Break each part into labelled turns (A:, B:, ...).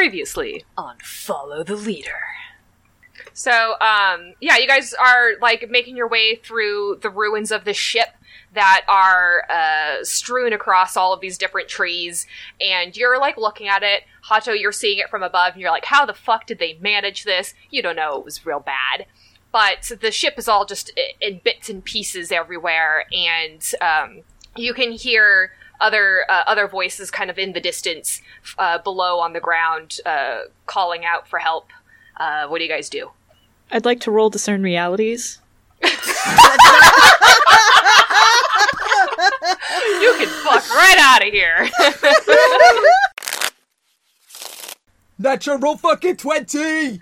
A: Previously on Follow the Leader.
B: So, um, yeah, you guys are like making your way through the ruins of the ship that are uh, strewn across all of these different trees, and you're like looking at it. Hato, you're seeing it from above, and you're like, how the fuck did they manage this? You don't know, it was real bad. But the ship is all just i- in bits and pieces everywhere, and um, you can hear other uh, other voices kind of in the distance f- uh, below on the ground uh, calling out for help. Uh, what do you guys do?
C: I'd like to roll discern realities.
B: You can fuck right out of here.
D: Natural fucking 20!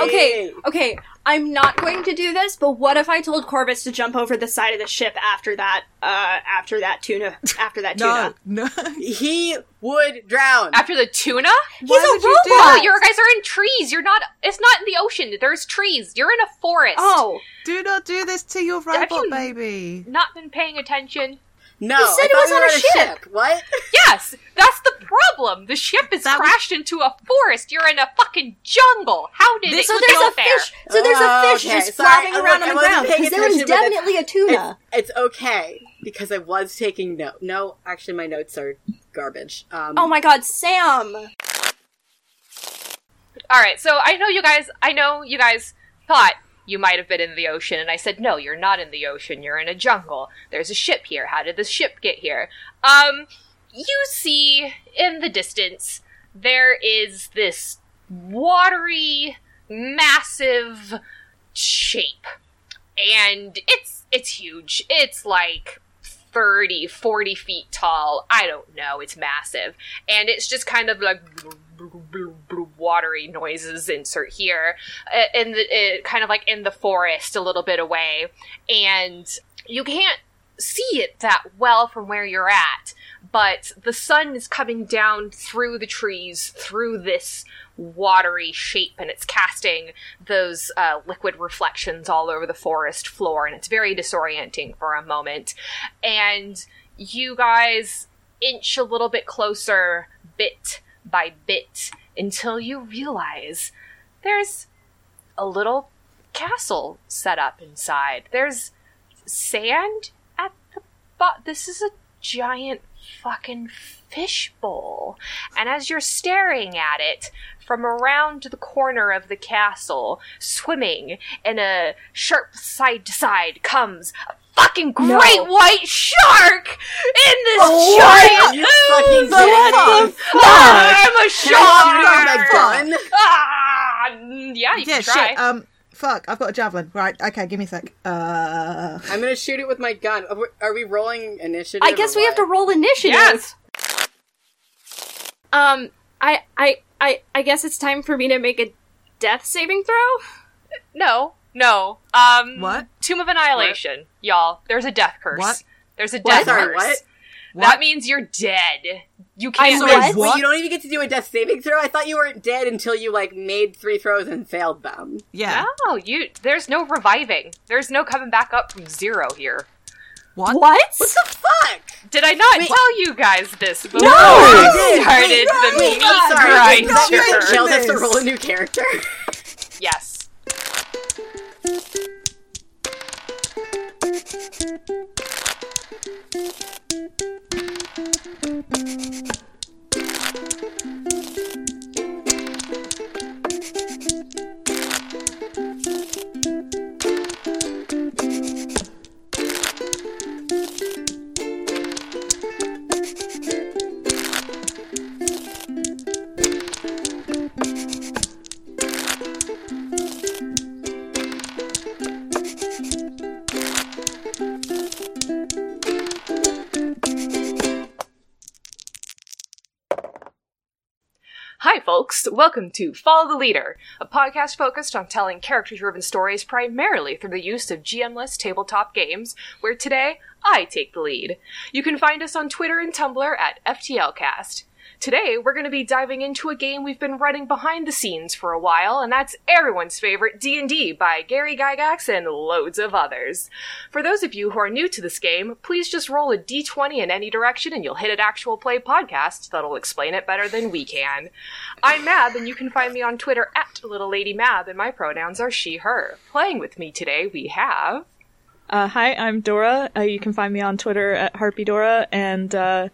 E: Okay, okay. I'm not going to do this, but what if I told Corvus to jump over the side of the ship after that? Uh, after that tuna, after that
D: No,
E: tuna.
D: no.
F: He would drown.
B: After the tuna?
D: Why would you do
B: Oh,
D: that?
B: you guys are in trees. You're not. It's not in the ocean. There's trees. You're in a forest.
E: Oh,
D: Do not do this to your
B: Have
D: robot
B: you-
D: baby.
B: Not been paying attention.
F: No,
E: You said
F: I
E: it
F: thought
E: was
F: we
E: on
F: were
E: a ship.
F: What?
B: Yes, that's the problem. The ship is
D: That was-
B: crashed into a forest. You're in a fucking jungle. How did
D: This
B: it
E: so
D: would
B: get
E: there's a
B: there?
E: fish. So there's a fish
F: Oh, Okay,
E: just
F: sorry,
E: flopping
F: I-
E: around
F: look,
E: on
F: I
E: the
F: wasn't
E: ground
F: paying
E: because there was
F: attention, but that's-
E: definitely a tuna.
F: It's okay because I was taking note. No, actually, my notes are garbage. Um,
E: Oh my god, Sam!
B: All right. So I know you guys. I know you guys thought you might have been in the ocean, and I said no. You're not in the ocean. You're in a jungle. There's a ship here. How did this ship get here? Um, you see in the distance there is this watery, massive shape, and it's it's huge. It's like. 30 40 feet tall i don't know it's massive and it's just kind of like watery noises insert here uh, in the uh, kind of like in the forest a little bit away and you can't see it that well from where you're at but the sun is coming down through the trees through this watery shape and it's casting those uh, liquid reflections all over the forest floor and it's very disorienting for a moment and you guys inch a little bit closer bit by bit until you realize there's a little castle set up inside. There's sand at the but this is a giant fucking fishbowl. And as you're staring at it from around the corner of the castle, swimming in a sharp side to side comes a fucking great
E: No.
B: white shark in this
F: Are
B: giant
F: Oh, you fucking
D: the
F: kidding me?
B: I'm a
F: Can I shoot
B: shark.
F: him with my gun?
B: Ah, yeah, you
D: Yeah,
B: can try.
D: shit. Um, fuck. I've got a javelin. Right. Okay, give me a sec. Uh.
F: I'm gonna shoot it with my gun. Are we- Are we rolling initiative?
E: I guess
F: or
E: we have to
F: what?
E: roll initiative.
B: yes.
E: Um, I, I, I, I guess it's time for me to make a death saving throw.
B: No. No. Um.
D: What?
B: Tomb of Annihilation, y'all. There's a death curse.
D: What?
B: There's a death
F: Sorry,
B: curse.
F: what?
B: That means you're dead. You can't.
E: I'm What?
F: Wait, wait, you don't even get to do a death saving throw. I thought you weren't dead until you like made three throws and failed them.
D: Yeah.
B: No, you. There's no reviving. There's no coming back up from zero here.
D: What?
E: What?
F: What the fuck?
B: Did I not
F: Wait.
B: tell you guys this before
D: No!
B: we started the
D: Wait,
B: meat
D: I'm
F: Sorry,
D: Right,
F: did that mean
D: sure.
F: that
B: grinder?
F: Jill has to roll a new character.
B: Yes. Hi, folks. Welcome to Follow the Leader, a podcast focused on telling character driven stories primarily through the use of GMless tabletop games, where today I take the lead. You can find us on Twitter and Tumblr at FTLcast. Today, we're going to be diving into a game we've been running behind the scenes for a while, and that's everyone's favorite D&D by Gary Gygax and loads of others. For those of you who are new to this game, please just roll a d20 in any direction and you'll hit an actual play podcast that'll explain it better than we can. I'm Mab, and you can find me on Twitter at Little Lady Mab, and my pronouns are she, her. Playing with me today, we have...
C: Uh, hi, I'm Dora. Uh, you can find me on Twitter at HarpyDora, and uh,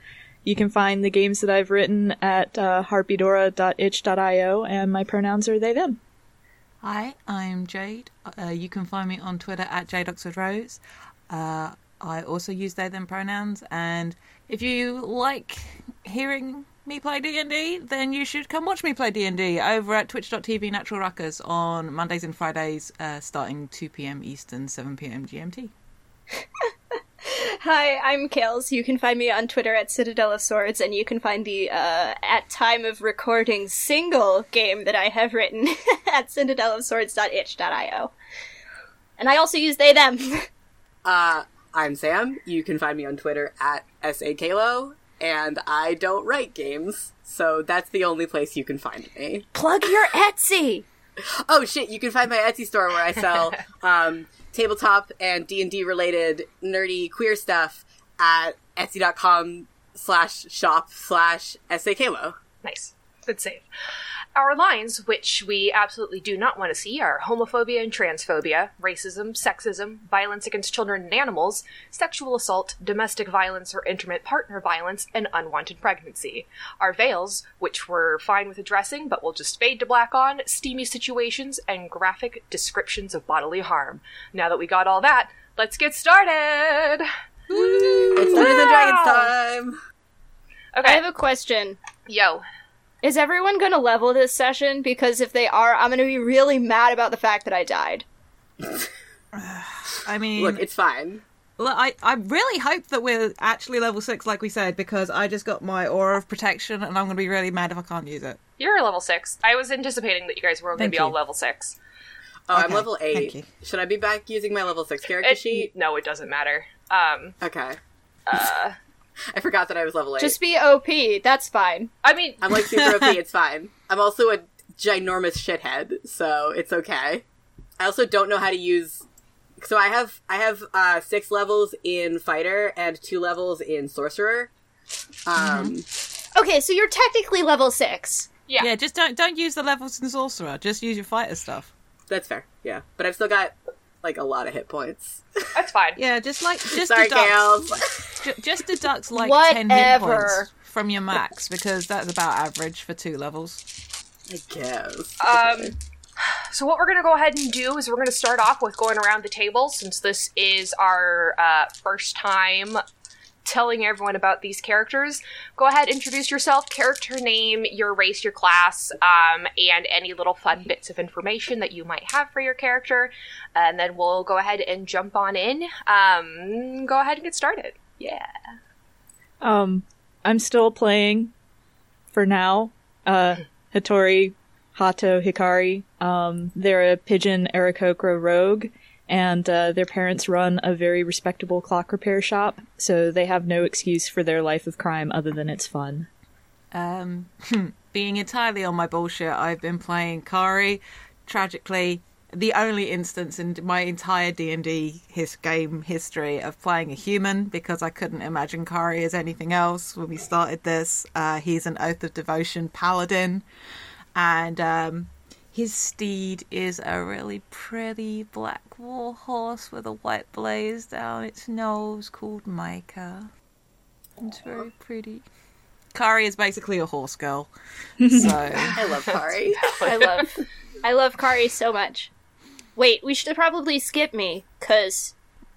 C: you can find the games that I've written at uh, harpydora.itch.io, and my pronouns are they, them.
G: Hi, I'm Jade. Uh, you can find me on Twitter at Jade Oxford Rose. Uh, I also use they them pronouns, and if you like hearing me play D and D, then you should come watch me play D and D over at Twitch.tv Natural Ruckers on Mondays and Fridays, uh, starting 2 p.m. Eastern, 7 p.m. GMT.
E: Hi, I'm Kales. You can find me on Twitter at Citadel of Swords, and you can find the uh, at time of recording single game that I have written at citadelofswords.itch.io. And I also use they them.
F: Uh, I'm Sam. You can find me on Twitter at SAKLO, and I don't write games, so that's the only place you can find me.
E: Plug your Etsy.
F: Oh shit, you can find my Etsy store where I sell um, tabletop and D&D related nerdy queer stuff at etsy.com slash shop slash SAKLO.
B: Nice. Good save. Our lines, which we absolutely do not want to see, are homophobia and transphobia, racism, sexism, violence against children and animals, sexual assault, domestic violence or intimate partner violence, and unwanted pregnancy. Our veils, which we're fine with addressing but will just fade to black on, steamy situations, and graphic descriptions of bodily harm. Now that we got all that, let's get started!
F: It's Dungeons and Dragons time!
E: I
B: Okay,
E: have a question.
B: yo,
E: Is everyone going to level this session? Because if they are, I'm going to be really mad about the fact that I died.
G: I mean,
F: Look, it's fine.
G: Look, I, I really hope that we're actually level six, like we said, because I just got my aura of protection, and I'm going to be really mad if I can't use it.
B: You're level six. I was anticipating that you guys were going to
G: Thank
B: be all
G: you.
B: level six.
F: Oh, I'm
G: Okay,
F: level
G: thank you.
F: eight. Should I be back using my level six character
B: It-
F: sheet?
B: no, it doesn't matter. Um,
F: Okay.
G: Uh,
F: I forgot that I was level eight.
E: Just be OP. That's fine.
B: I mean,
F: I'm like super OP. It's fine. I'm also a ginormous shithead, so it's okay. I also don't know how to use. So I have I have uh, six levels in fighter and two levels in sorcerer. Um,
E: Okay, so you're technically level six.
B: Yeah.
G: Yeah, just don't don't use the levels in sorcerer. Just use your fighter stuff.
F: That's fair. Yeah, but I've still got like a lot of hit points.
B: that's fine.
G: Yeah, just like just
F: Sorry,
G: deduct,
F: Kales.
G: ju- just deduct like ten hit
E: Whatever.
G: points from your max because that's about average for two levels.
F: I guess.
B: Um, so what we're going to go ahead and do is we're going to start off with going around the table since this is our uh, first time telling everyone about these characters. Go ahead, introduce yourself, character name, your race, your class, um, and any little fun bits of information that you might have for your character, and then we'll go ahead and jump on in. Um, go ahead and get started. Yeah.
C: Um, I'm still playing for now. Uh, Hattori, Hato, Hikari. Um, they're a pigeon Aarakocra rogue, and uh, their parents run a very respectable clock repair shop, so they have no excuse for their life of crime other than it's fun.
G: Um, being entirely on my bullshit, I've been playing Kari. Tragically, the only instance in my entire D and D his game history of playing a human because I couldn't imagine Kari as anything else when we started this. Uh, he's an oath of devotion paladin, and um, his steed is a really pretty black war horse with a white blaze down its nose called Micah. It's very pretty. Kari is basically a horse girl. So
F: I love Kari.
E: I love, I love Kari so much. Wait, we should probably skip me because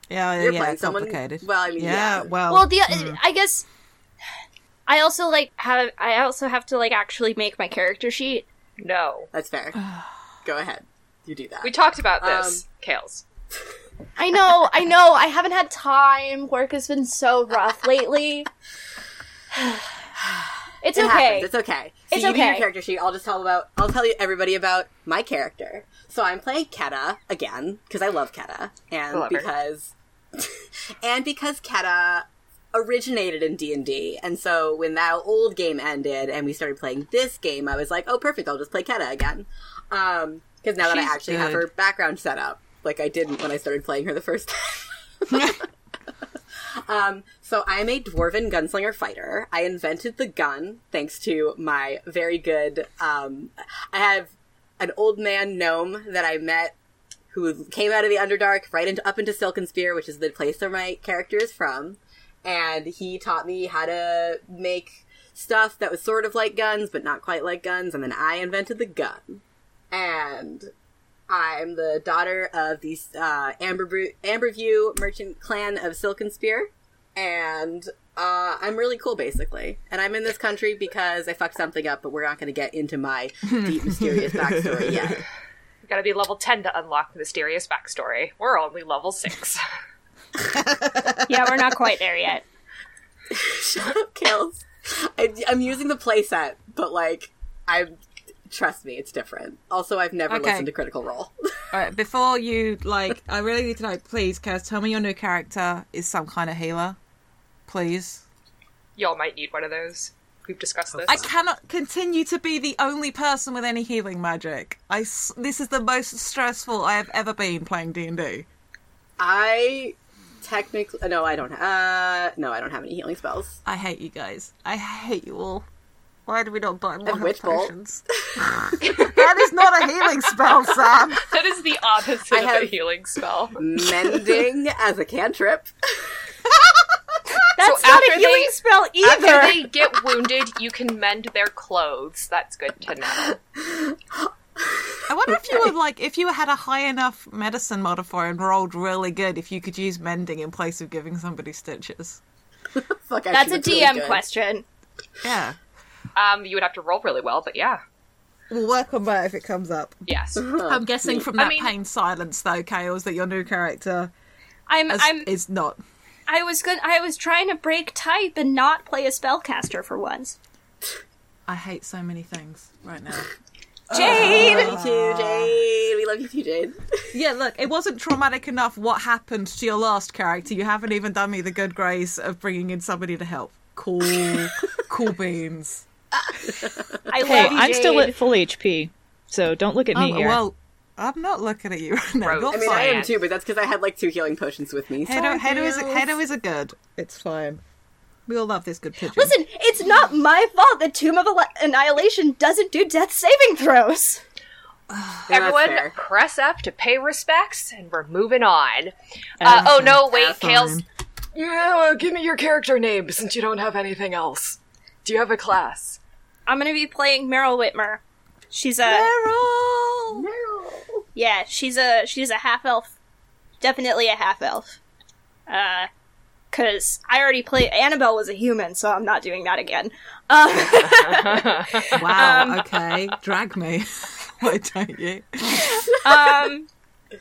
G: yeah,
F: You're
G: yeah,
F: playing
G: it's
F: someone-
G: complicated.
F: well, I mean, yeah.
G: well,
E: well, the uh, I guess I also like have I also have to like actually make my character sheet.
B: No.
F: That's fair. Go ahead. You do that.
B: We talked about this, Kales.
E: I know, I know, I haven't had time. Work has been so rough lately. It's
F: It
E: okay.
F: happens. It's okay. So
E: It's
F: you do your
E: okay.
F: character sheet. I'll just tell about. I'll tell you everybody about my character. So I'm playing Keta again because I love Keta, and
B: Love her.
F: because and because Keta originated in D&D. And so when that old game ended and we started playing this game, I was like, "Oh, perfect. I'll just play Keta again." Um because now that
G: She's
F: I actually have
G: good.
F: her background set up, like I didn't when I started playing her the first time. Um, so I am a dwarven gunslinger fighter. I invented the gun thanks to my very good. Um, I have an old man gnome that I met who came out of the Underdark right into up into Silken Spear, which is the place where my character is from, and he taught me how to make stuff that was sort of like guns but not quite like guns, and then I invented the gun. And I'm the daughter of the uh, Amber Bru- Amberview merchant clan of Silken Spear, and uh, I'm really cool, basically. And I'm in this country because I fucked something up, but we're not going to get into my deep, mysterious backstory yet.
B: You gotta be level 10 to unlock mysterious backstory. We're only level 6.
E: yeah, we're not quite there yet.
F: Shut up, Kales. I, I'm using the playset, but like, I trust me, it's different. Also, I've never
G: Okay.
F: listened to Critical Role.
G: All right, uh, before you like, I really need to know. Please, Kaz, tell me your new character is some kind of healer, please.
B: Y'all might need one of those. We've discussed this.
G: I cannot continue to be the only person with any healing magic. I s- this is the most stressful I have ever been playing D and D.
F: I technically oh, no, I don't. Uh, no, I don't have any healing spells.
G: I hate you guys. I hate you all. Why do we not buy more
F: And
G: health
F: Witch Bolt.
G: potions? that is not a healing spell, Sam.
B: that is the opposite
F: I
B: of a
F: have-
B: healing spell.
F: Mending as a cantrip.
E: That's
B: So
E: not a
B: after they-
E: healing spell either.
B: After they get wounded, you can mend their clothes. That's good to know.
G: I wonder if you were like if you had a high enough medicine modifier and rolled really good, if you could use mending in place of giving somebody stitches.
F: Fuck, actually,
E: That's a
F: really
E: DM
F: good.
E: question.
G: Yeah.
B: Um, you would have to roll really well, but yeah.
D: We'll work on that if it comes up.
B: Yes.
G: I'm guessing from that
B: mean-
G: pained silence though, Chaos, that your new character
E: I'm,
G: is,
E: I'm,
G: is not.
E: I was good. I was trying to break type and not play a spellcaster for once.
G: I hate so many things right now.
E: Jade,
F: Love you too, Jade. We love you too, Jade.
G: yeah, look, it wasn't traumatic enough what happened to your last character. You haven't even done me the good grace of bringing in somebody to help. Cool. cool beans.
E: I love
C: Hey,
E: you,
C: I'm
E: Jade.
C: still at full HP, so don't look at me
G: Oh,
C: here.
G: well, I'm not looking at you right now.
B: Gross.
G: You're
F: I mean, I
G: fine.
F: am too, but that's because I had like two healing potions with me. So.
G: Hedo, Hedo, is a, Hedo is a good. It's fine. We all love this good pigeon.
E: Listen, it's not my fault that Tomb of Anni- Annihilation doesn't do death saving throws.
F: Yeah, that's
B: Everyone,
F: fair.
B: press F to pay respects, and we're moving on. Uh, oh no, wait, Kales.
A: Yeah, give me your character name since you don't have anything else. Do you have a class?
E: I'm gonna be playing Meryl Whitmer. She's a
G: Meryl!
E: yeah. She's a she's a half elf. Definitely a half elf. Uh, cause I already played Annabelle was a human, so I'm not doing that again. Um,
G: Wow, okay. Drag me. Why don't you?
E: um,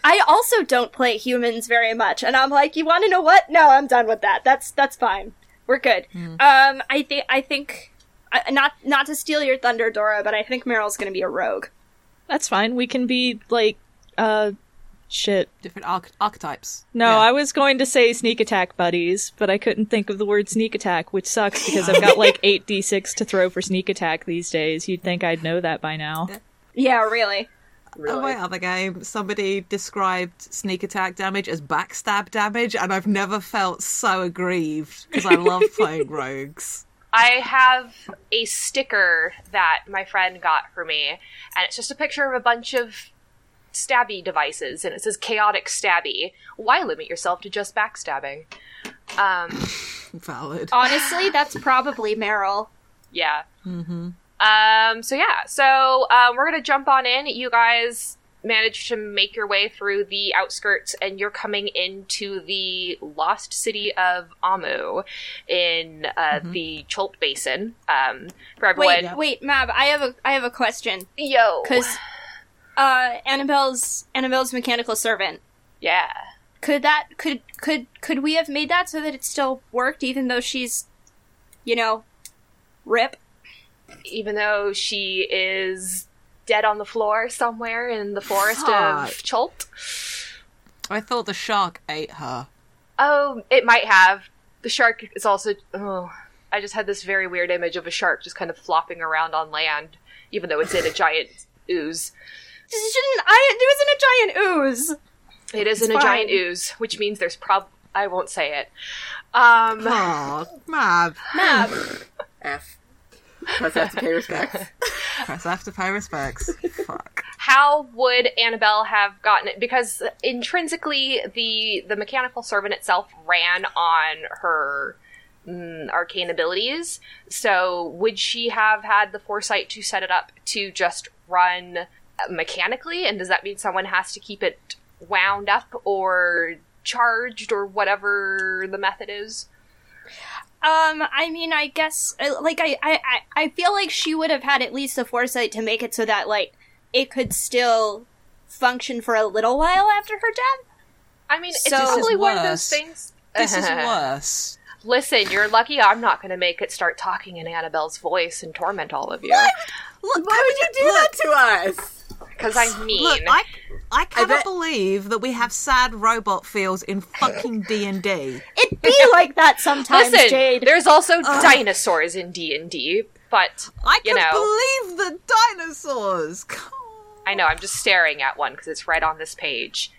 E: I also don't play humans very much, and I'm like, you want to know what? No, I'm done with that. That's that's fine. We're good. Um, I think I think uh, not not to steal your thunder, Dora, but I think Meryl's going to be a rogue.
C: That's fine. We can be like, uh, shit.
G: Different arch- archetypes.
C: No,
G: Yeah. Oh,
C: I was going to say sneak attack buddies, but I couldn't think of the word sneak attack, which sucks because I've got like 8d6 to throw for sneak attack these days. You'd think I'd know that by now.
E: Yeah, really.
G: Oh, my other game, somebody described sneak attack damage as backstab damage, and I've never felt so aggrieved because I love playing rogues.
B: I have a sticker that my friend got for me, and it's just a picture of a bunch of stabby devices, and it says chaotic stabby. Why limit yourself to just backstabbing? Um,
G: Valid.
E: Honestly, that's probably Meryl.
B: Yeah. Mm-hmm. Um. So yeah. So um, we're gonna jump on in. You guys managed to make your way through the outskirts, and you're coming into the lost city of Amu in uh, the Cholt Basin. Um. For everyone.
E: Wait, wait, Mab, I have a I have a question
B: Yo.
E: because uh, Annabelle's Annabelle's mechanical servant.
B: Yeah.
E: Could that could could could we have made that so that it still worked, even though she's, you know, rip.
B: Even though she is dead on the floor somewhere in the forest
G: Fuck.
B: of Cholt.
G: I thought the shark ate her.
B: Oh, it might have. The shark is also. Oh, I just had this very weird image of a shark just kind of flopping around on land, even though it's in a giant ooze.
E: Shouldn't I? There isn't a giant ooze.
B: It is in a
E: fine.
B: giant ooze, which means there's prob. I won't say it. Um,
G: Oh, Mab.
F: F. Plus, I have to pay respects.
G: Press F to pay respects. Fuck.
B: how would Annabelle have gotten it? Because intrinsically, the the mechanical servant itself ran on her mm, arcane abilities. So, would she have had the foresight to set it up to just run mechanically? And does that mean someone has to keep it wound up or charged or whatever the method is?
E: Um, I mean, I guess I- like I, I, I- I feel like she would have had at least the foresight to make it so that like it could still function for a little while after her death.
B: I mean, it's
E: So- This is
B: probably one of those
G: worse.
B: things.
G: This is worse.
B: Listen, you're lucky I'm not going to make it start talking in Annabelle's voice and torment all of you.
G: Look,
F: Why would you do that to us?
B: Because I'm mean.
G: Look, I, I cannot
F: bet-
G: believe that we have sad robot feels in fucking D and D.
E: It'd be like that sometimes,
B: Listen,
E: Jade.
B: there's also dinosaurs in D&D, but,
G: I
B: you
G: can
B: know,
G: believe the dinosaurs. Come on.
B: I know, I'm just staring at one because it's right on this page.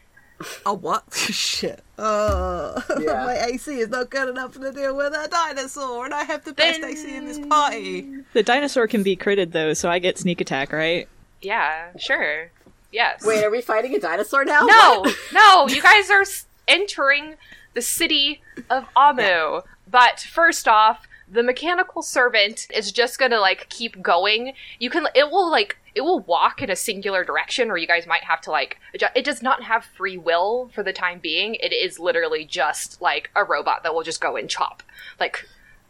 G: Oh what? Shit. Oh,
F: Yeah.
G: my AC is not good enough to deal with a dinosaur, and I have the best AC in this party.
C: The dinosaur can be critted though, so I get sneak attack, right?
B: Yeah, sure. Yes.
F: Wait, are we fighting a dinosaur now?
B: no,
F: What?
B: no, you guys are s- entering the city of Amu. But first off, the mechanical servant is just gonna like keep going. You can, it will like, it will walk in a singular direction, or you guys might have to like, adju- it does not have free will for the time being. It is literally just like a robot that will just go and chop. Like,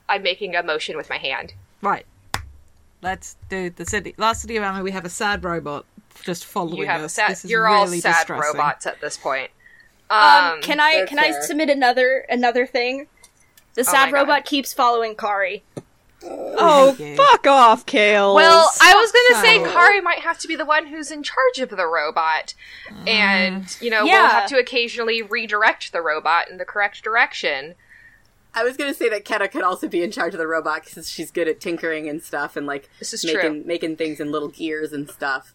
B: I'm making a motion with my hand.
G: Right. Let's do the city. Last city around, we have a sad robot just following
B: You have
G: us.
B: sad,
G: Oh This is
B: you're all
G: really
B: sad
G: distressing.
B: robots at this point.
E: um, can I
F: that's
E: can I
F: fair.
E: submit another another thing? The sad
B: God.
E: robot keeps following Kari.
C: Oh,
G: you.
C: fuck off, Kale.
B: Well, I was going to
G: so-
B: say Kari might have to be the one who's in charge of the robot.
G: Mm.
B: And, you know, we'll
E: Yeah.
B: have to occasionally redirect the robot in the correct direction.
F: I was gonna say that Keta could also be in charge of the robot because she's good at tinkering and stuff, and like
B: This is
F: making
B: true.
F: making things in little gears and stuff.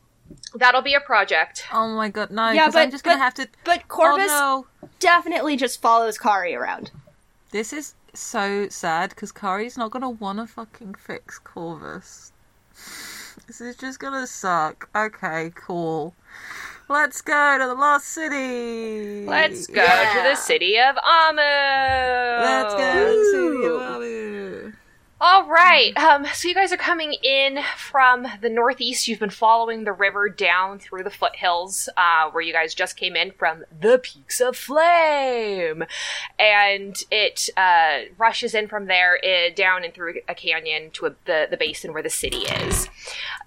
B: That'll be a project.
G: Oh my god, no!
E: Yeah,
G: 'cause I'm
E: but-
G: just gonna
E: but-
G: have to.
E: But Corvus
G: Oh no!
E: definitely just follows Kari around.
G: This is so sad because Kari's not gonna wanna fucking fix Corvus. This is just gonna suck. Okay, cool. Let's go to the last city.
B: Let's go to the city of Amu.
G: Let's go to the city of Alu.
B: All right. Um, so you guys are coming in from the northeast. You've been following the river down through the foothills, uh, where you guys just came in from the Peaks of Flame, and it uh, rushes in from there uh, down and through a canyon to a, the the basin where the city is.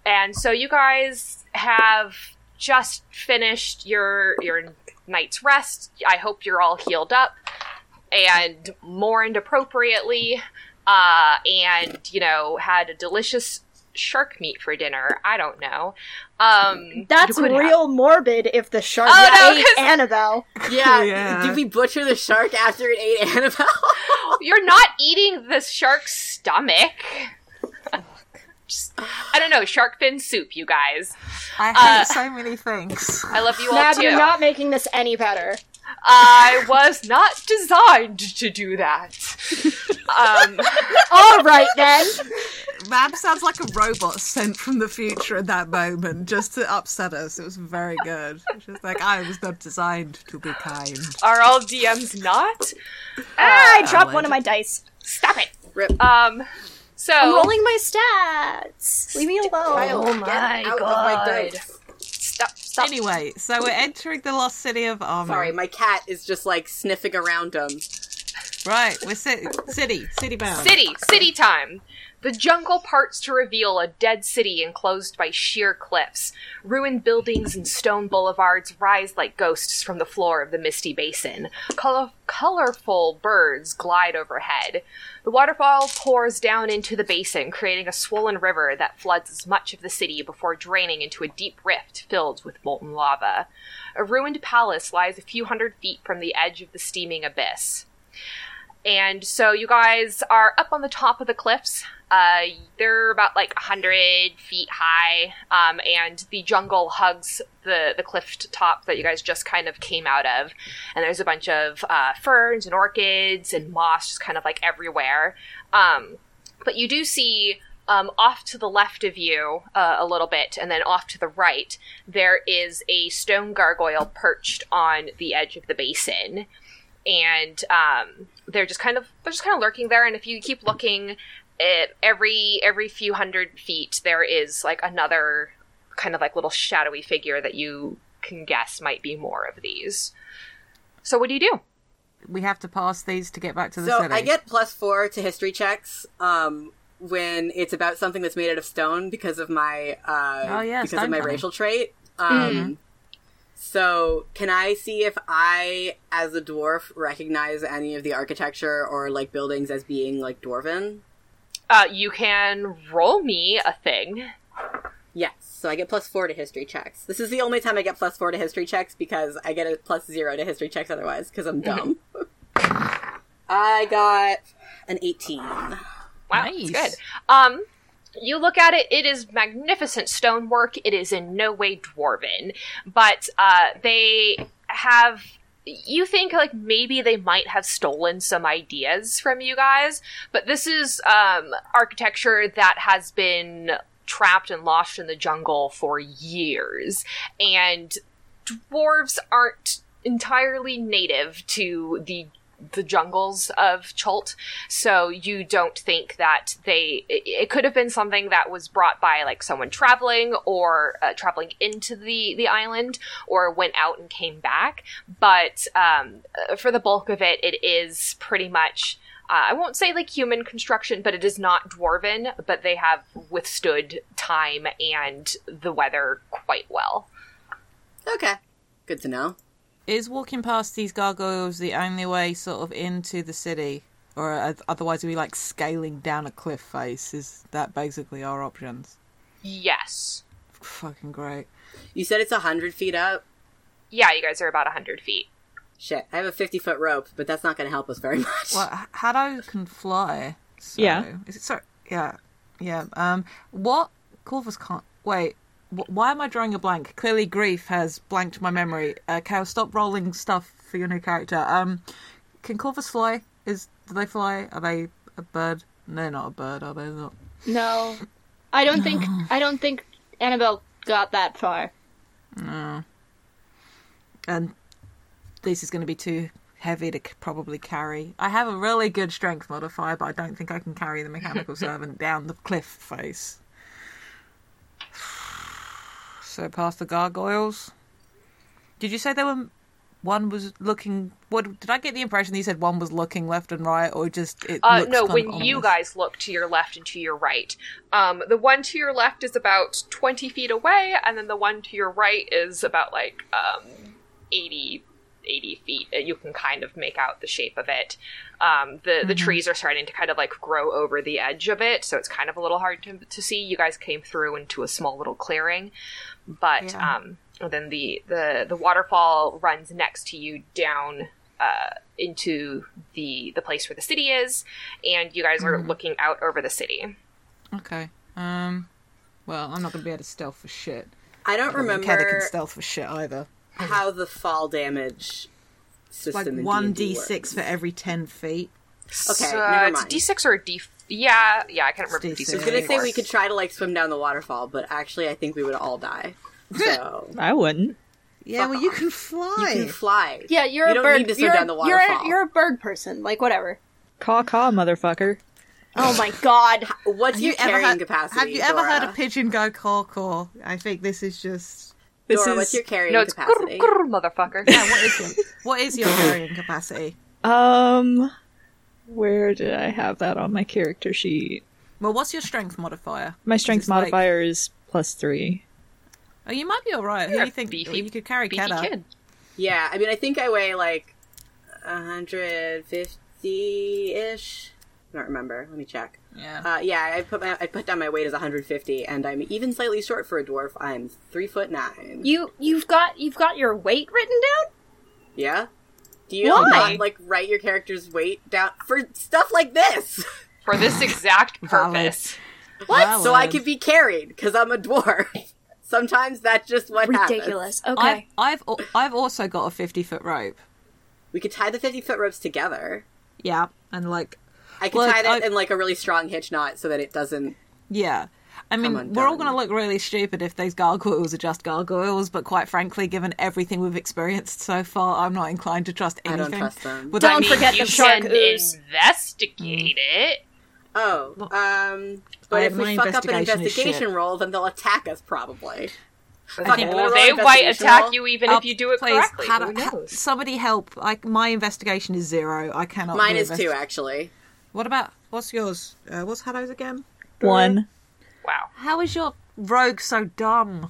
B: And so you guys have just finished your your night's rest. I hope you're all healed up and mourned appropriately uh, and you know had a delicious shark meat for dinner. I don't know. Um,
E: That's
B: you could have-
E: real morbid. If the shark
B: Oh, no,
E: ate
B: 'cause-
E: Annabelle,
F: Yeah,
G: Yeah.
F: did we butcher the shark after it ate Annabelle?
B: You're not eating the shark's stomach. Just, I don't know shark fin soup, you guys.
G: I hate so many things.
B: I love you all
E: Mab,
B: too.
E: you're not making this any better.
B: I was not designed to do that. um,
E: All right then.
G: Mab sounds like a robot sent from the future at that moment just to upset us. It was very good. She's like, I was not designed to be kind.
B: are all DMs not?
E: Ah, I dropped one of my dice. Oh.
B: Stop it.
F: Rip.
B: Um, so
E: I'm rolling my stats. Leave me alone.
F: oh my god!
B: stop, stop.
G: Anyway, so we're entering the lost city of Armor.
F: Sorry, my cat is just like sniffing around them.
G: Right, we're ci- city, city bound.
B: City, city time. The jungle parts to reveal a dead city enclosed by sheer cliffs. Ruined buildings and stone boulevards rise like ghosts from the floor of the misty basin. Col- colorful birds glide overhead. The waterfall pours down into the basin, creating a swollen river that floods as much of the city before draining into a deep rift filled with molten lava. A ruined palace lies a few hundred feet from the edge of the steaming abyss. And so you guys are up on the top of the cliffs. Uh, they're about like 100 feet high, um, and the jungle hugs the, the cliff top that you guys just kind of came out of. And there's a bunch of uh, ferns and orchids and moss just kind of like everywhere. Um, but you do see um, off to the left of you uh, a little bit, and then off to the right, there is a stone gargoyle perched on the edge of the basin, and um, they're just kind of they're just kind of lurking there. And if you keep looking, eh, every every few hundred feet, there is like another kind of like little shadowy figure that you can guess might be more of these. So what do you do?
G: We have to pass these to get back to the
F: So
G: city.
F: I get plus four to history checks um, when it's about something that's made out of stone because of my uh,
G: Oh, yeah,
F: because
G: stone Mm-hmm.
F: of my
G: cutting.
F: racial trait. Um, So can I see if I, as a dwarf, recognize any of the architecture or like buildings as being like dwarven?
B: Uh, you can roll me a thing.
F: Yes. So I get plus four to history checks. This is the only time I get plus four to history checks because I get a plus zero to history checks otherwise because I'm dumb. I got an 18.
B: Wow, that's
G: Nice.
B: good. Um, you look at it; it is magnificent stonework. It is in no way dwarven, but uh, they have. You think like maybe they might have stolen some ideas from you guys, but this is um, architecture that has been trapped and lost in the jungle for years, and dwarves aren't entirely native to the the jungles of Cholt, so you don't think that they it, it could have been something that was brought by like someone traveling or uh, traveling into the the island or went out and came back but um, uh, for the bulk of it it is pretty much uh, I won't say like human construction, but it is not dwarven. But they have withstood time and the weather quite well.
F: Okay. Good to know.
G: Is walking past these gargoyles the only way sort of into the city? Or uh, otherwise, are we like scaling down a cliff face? Is that basically our options?
B: Yes,
G: Fucking great.
F: You said it's 100 feet up?
B: yeah, you guys are about hundred feet.
F: Shit, I have a 50 foot rope, but that's not going to help us very much.
G: Well, H- Haddo can fly. So.
C: Yeah.
G: Is it so? Yeah. Yeah. Um. What? Corvus can't. Wait. Wh- Why am I drawing a blank? Clearly, grief has blanked my memory. Uh, Cal, stop rolling stuff for your new character. Um, can Corvus fly? Is do they fly? Are they a bird? No, not a bird. Are they not?
E: No, I don't think I don't think Annabelle got that far.
G: and this is going to be too heavy to c- probably carry. I have a really good strength modifier, but I don't think I can carry the mechanical servant down the cliff face. So past the gargoyles. Did you say there were one was looking? What did I get the impression that you said one was looking left and right, or just it?
B: Uh,
G: looks
B: no,
G: kind of
B: when you
G: ominous?
B: guys look to your left and to your right, um, the one to your left is about 20 feet away, and then the one to your right is about like um, 80, 80 feet. Uh, You can kind of make out the shape of it. Um, the, the trees are starting to kind of like grow over the edge of it, so it's kind of a little hard to, to see. You guys came through into a small little clearing, but
G: Yeah.
B: um, and then the, the, the waterfall runs next to you down uh, into the the place where the city is, and you guys are looking out over the city.
G: Okay. Um. Well, I'm not going to be able to stealth for shit.
F: I don't
G: Keda can
F: remember
G: stealth for shit either.
F: how the fall damage
G: Like
F: system in
G: one
F: D&D
G: d six for
F: works.
G: every ten feet.
B: Okay,
F: never
B: it's
F: mind.
B: D six or a D. Yeah, yeah, I can't remember. if
G: D6.
B: D6
F: I was going to say
B: anymore.
F: we could try to like swim down the waterfall, but actually, I think we would all die. So,
C: I wouldn't.
G: Yeah, well, you can fly.
F: you can fly.
E: Yeah, you're
F: You
E: a
F: don't
E: bird.
F: need to swim
E: you're,
F: down the
E: you're a-
F: waterfall.
E: you're a bird person. Like whatever.
C: Caw caw, motherfucker.
E: Oh my god.
F: What's your carrying
G: had-
F: capacity?
G: Have you ever
F: Dora?
G: heard a pigeon go caw caw? I think this is just. This
F: Dora,
G: is
F: what's your carrying
B: No, it's
F: capacity?
B: grr, grr, motherfucker. Yeah,
G: what is your what is your carrying capacity?
C: Um, where did I have that on my character sheet?
G: Well, what's your strength modifier?
C: My strength
G: It's like-
C: modifier is plus three.
G: Oh, you might be all right. Who do you think
B: beefy-
G: you could carry?
B: beefy
G: Keda.
B: kid.
F: Yeah, I mean, I think I weigh like 150 ish. I don't remember. Let me check.
G: Yeah.
F: Uh, yeah, I put my I put down my weight as 150, and I'm even slightly short for a dwarf. I'm three foot nine.
E: You you've got you've got your weight written down.
F: Yeah. Do you
E: Why?
F: not like write your character's weight down for stuff like this?
B: for this exact purpose.
F: What?
G: Valid.
F: So I can be carried because I'm a dwarf. Sometimes that's just what happens.
E: Ridiculous. Okay.
G: I've, I've al- I've also got a fifty foot rope.
F: We could tie the fifty foot ropes together.
G: Yeah, and like
F: I could
G: Look,
F: tie that
G: I-
F: in like a really strong hitch knot so that it doesn't.
G: Yeah. I mean,
F: on,
G: we're all
F: Dylan.
G: going to look really stupid if those gargoyles are just gargoyles, but quite frankly, given everything we've experienced so far, I'm not inclined to trust
F: I
G: anything.
F: don't trust them.
G: With
E: Don't
B: I
G: that-
B: mean,
E: forget
B: you
E: the shark
B: can
E: ooze.
B: investigate it.
F: Oh, um, but
G: I-
F: if we
G: my
F: fuck up an
G: investigation is
F: investigation
G: shit.
F: roll, then they'll attack us probably.
A: I
F: Fuck
A: think-
F: it, I'm
B: Well,
F: gonna
B: they
F: roll an
B: might
F: investigation
B: attack
F: roll.
B: you even
G: Oh,
B: if you do it
G: please,
B: correctly.
G: had-
B: Who
G: ha-
B: knows?
G: somebody help. I, my investigation is zero. I cannot.
F: Mine
G: do
F: is two
G: investi-
F: actually.
G: What about. What's yours? Uh, what's Haddo's again?
C: One.
B: Wow.
G: How is your rogue so dumb?